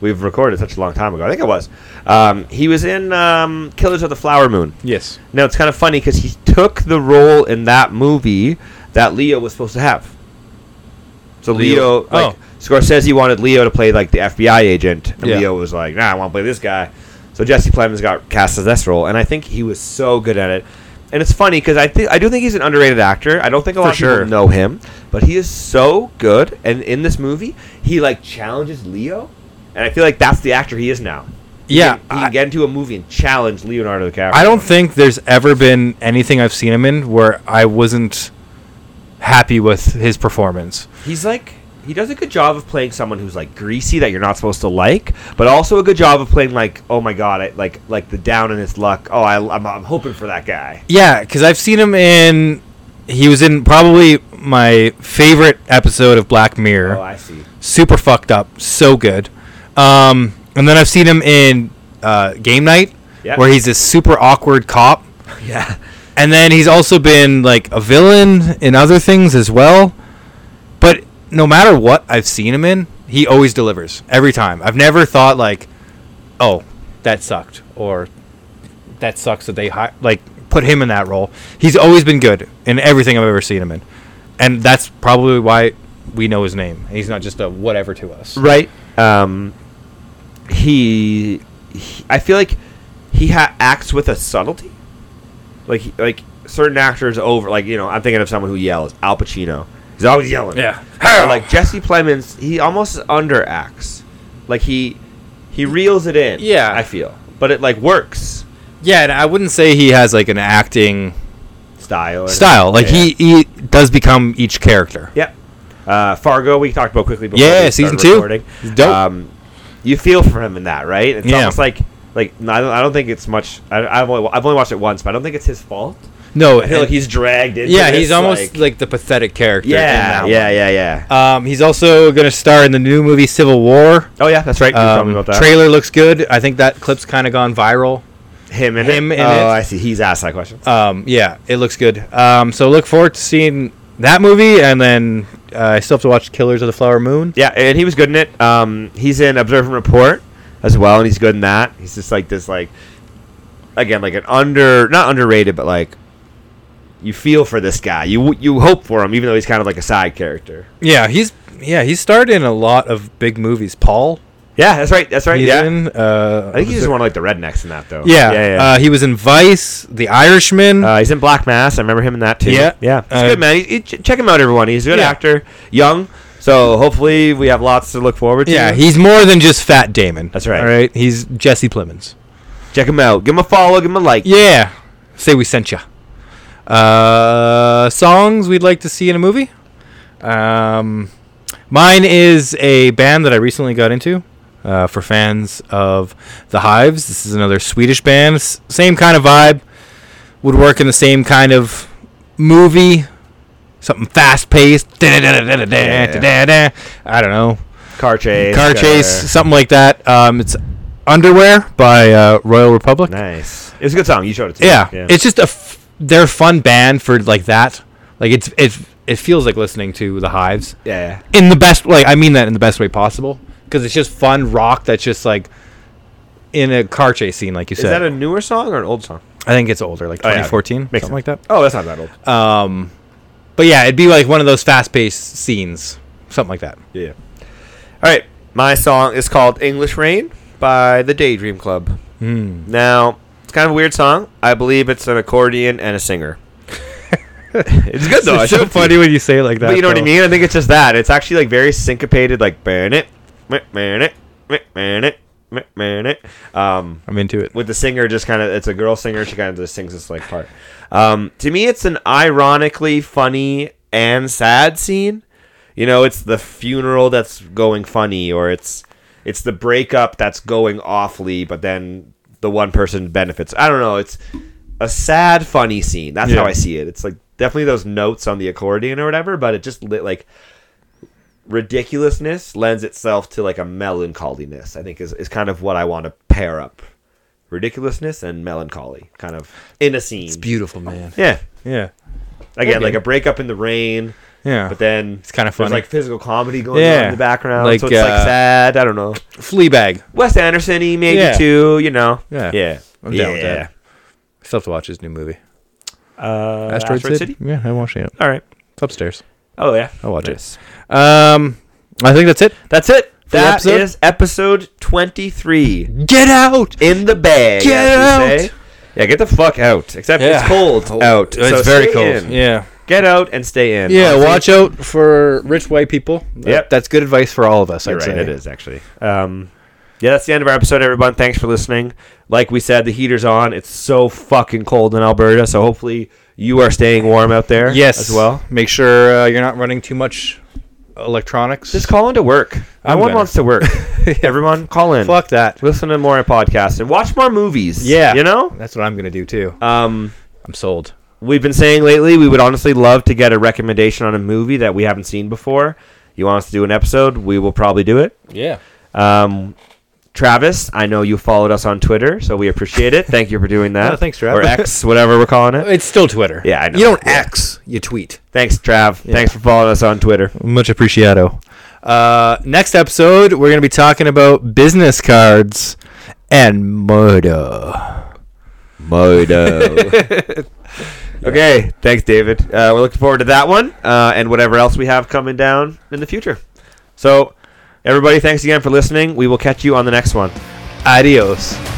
we've recorded such a long time ago. I think it was. Um, he was in um, Killers of the Flower Moon. Yes. Now it's kind of funny because he took the role in that movie that Leo was supposed to have. So Leo- Leo, like oh. Scorsese wanted Leo to play like the FBI agent, and Yeah. Leo was like, "Nah, I want to play this guy." So Jesse Plemons got cast as this role, and I think he was so good at it. And it's funny because I think I do think he's an underrated actor. I don't think a For lot of sure. people know him, but he is so good. And in this movie, he like challenges Leo, and I feel like that's the actor he is now. He Yeah, can- he can I, get into a movie and challenge Leonardo DiCaprio. I don't think there's ever been anything I've seen him in where I wasn't happy with his performance. He's like he does a good job of playing someone who's like greasy that you're not supposed to like, but also a good job of playing like oh my god, I, like like the down in his luck. Oh, I, I'm I'm hoping for that guy. Yeah, because I've seen him in. He was in probably my favorite episode of Black Mirror. Oh, I see. Super fucked up. So good. Um, and then I've seen him in uh, Game Night, Yeah. where he's this super awkward cop. Yeah, And then he's also been like a villain in other things as well. But no matter what I've seen him in, he always delivers every time. I've never thought like, "Oh, that sucked," or "That sucks that they hi- like put him in that role." He's always been good in everything I've ever seen him in, and that's probably why we know his name. He's not just a whatever to us. right. Um, he, he I feel like he ha- acts with a subtlety, like he- like certain actors over like you know I'm thinking of someone who yells Al Pacino. He's always yelling. But, like Jesse Plemons, he almost underacts. Like he he reels it in. Yeah. I feel, but it like works yeah. And I wouldn't say he has like an acting style. or- style. Like Yeah. he, he does become each character. Yeah. Uh, Fargo, we talked about quickly. Before Yeah, we season started two. recording. It's dope. Um, you feel for him in that, right? It's Yeah. almost like like no, I don't, I don't think it's much. I, I've only I've only watched it once, but I don't think it's his fault. No, I feel like and- he's dragged into. yeah, this, he's almost like, the pathetic character. yeah, in that yeah, yeah, yeah. one. Um, he's also gonna star in the new movie Civil War. Oh yeah, that's right. You told me Um, about that. Trailer looks good. I think that clip's kind of gone viral. him and him it. in oh, it. I see. He's asked that question. Um, yeah, it looks good. Um, so look forward to seeing that movie, and then uh, I still have to watch Killers of the Flower Moon. Yeah, and he was good in it. Um, he's in Observe and Report as well, and he's good in that. He's just like this, like again, like an under not underrated, but like you feel for this guy. You you hope for him, even though he's kind of like a side character. Yeah, he's yeah he starred in a lot of big movies. Paul, Yeah, that's right. That's right. he's yeah, in. Uh, I think he's just one of like the rednecks in that though. yeah, yeah. Uh, he was in Vice, The Irishman. Uh, he's in Black Mass. I remember him in that too. Yeah. yeah. He's Uh, good man. He, he- ch- check him out, everyone. He's a good Yeah. actor, young. So hopefully we have lots to look forward to. yeah, he's more than just Fat Damon. That's right. All right, he's Jesse Plemons. check him out. Give him a follow. Give him a like. Yeah. Say we sent you. Uh, songs we'd like to see in a movie. Um, mine is a band that I recently got into. Uh, for fans of the Hives, this is another Swedish band. S- same kind of vibe. Would work in the same kind of movie. Something fast paced. I don't know. Car chase. Car chase, uh, something like that. Um, it's Underwear by uh, Royal Republic. Nice. It was a good song. You showed it to Yeah, me. it's just a f- they're a fun band for like that. Like it's it it feels like listening to the Hives yeah. in the best like I mean that in the best way possible because it's just fun rock that's just like in a car chase scene like you Is said. that a newer song or an old song? I think it's older like Oh, yeah. 2014 something Makes like that. Oh, that's not that old. Um, but yeah, it'd be like one of those fast paced scenes, something like that. yeah. All right. My song is called English Rain by the Daydream Club. Hmm. Mm. Now, it's kind of a weird song. I believe it's an accordion and a singer. it's good though. I it's showed it to so you. funny when you say it like that. But you know what I though. mean? I think it's just that. It's actually like very syncopated, like burn it, burn it, burn it, burn it. Um, I'm into it. with the singer just kind of it's a girl singer she kind of just sings this like part um, to me it's an ironically funny and sad scene you know it's the funeral that's going funny or it's it's the breakup that's going awfully but then the one person benefits i don't know it's a sad funny scene that's how Yeah. i see it it's like definitely those notes on the accordion or whatever but it just lit like ridiculousness lends itself to like a melancholiness i think is, is kind of what i want to pair up ridiculousness and melancholy kind of in a scene Beautiful man. yeah Yeah, again Okay. like a breakup in the rain yeah. but then it's kind of there's funny. like physical comedy going on Yeah. in the background Like, so it's uh, like sad i don't know Fleabag. wes anderson y maybe Yeah. too you know Yeah. yeah I'm down with that. I still have to watch his new movie. uh, asteroid, city? Yeah, I haven't watched it yet. all right It's upstairs. Oh yeah, I'll watch Nice. it. Um, I think that's it. That's it. the That is episode? episode twenty three. Get out. in the bag. Get as we out. say. Yeah, get the fuck out. Except it's Yeah. cold out. Oh, It's so very stay cold. in. Yeah. Get out and stay in. Yeah. Honestly, Watch out for rich white people. Yep. That's good advice for all of us. You're I'd right. say It is actually. Um, yeah, that's the end of our episode, everyone. Thanks for listening. Like we said, the heater's on. It's so fucking cold in Alberta, so hopefully you are staying warm out there. Yes. as well. Make sure uh, you're not running too much electronics. Just call into work. No I'm one better. wants to work. Everyone, call in. fuck that. Listen to more podcasts and watch more movies. Yeah. you know. That's what I'm gonna do too. Um, I'm sold. we've been saying lately we would honestly love to get a recommendation on a movie that we haven't seen before. You want us to do an episode? We will probably do it. Yeah. Um, Travis, I know you followed us on Twitter, so we appreciate it. Thank you for doing that. Oh, thanks, Trav. Or X, whatever we're calling it. It's still Twitter. Yeah, I know. You don't Yeah. X. You tweet. Thanks, Trav. Thanks for following us on Twitter. Much appreciado. Uh, next episode, we're going to be talking about business cards and murder. Modo. okay, thanks, David. Uh, we're looking forward to that one uh, and whatever else we have coming down in the future. So, everybody, thanks again for listening. We will catch you on the next one. Adios.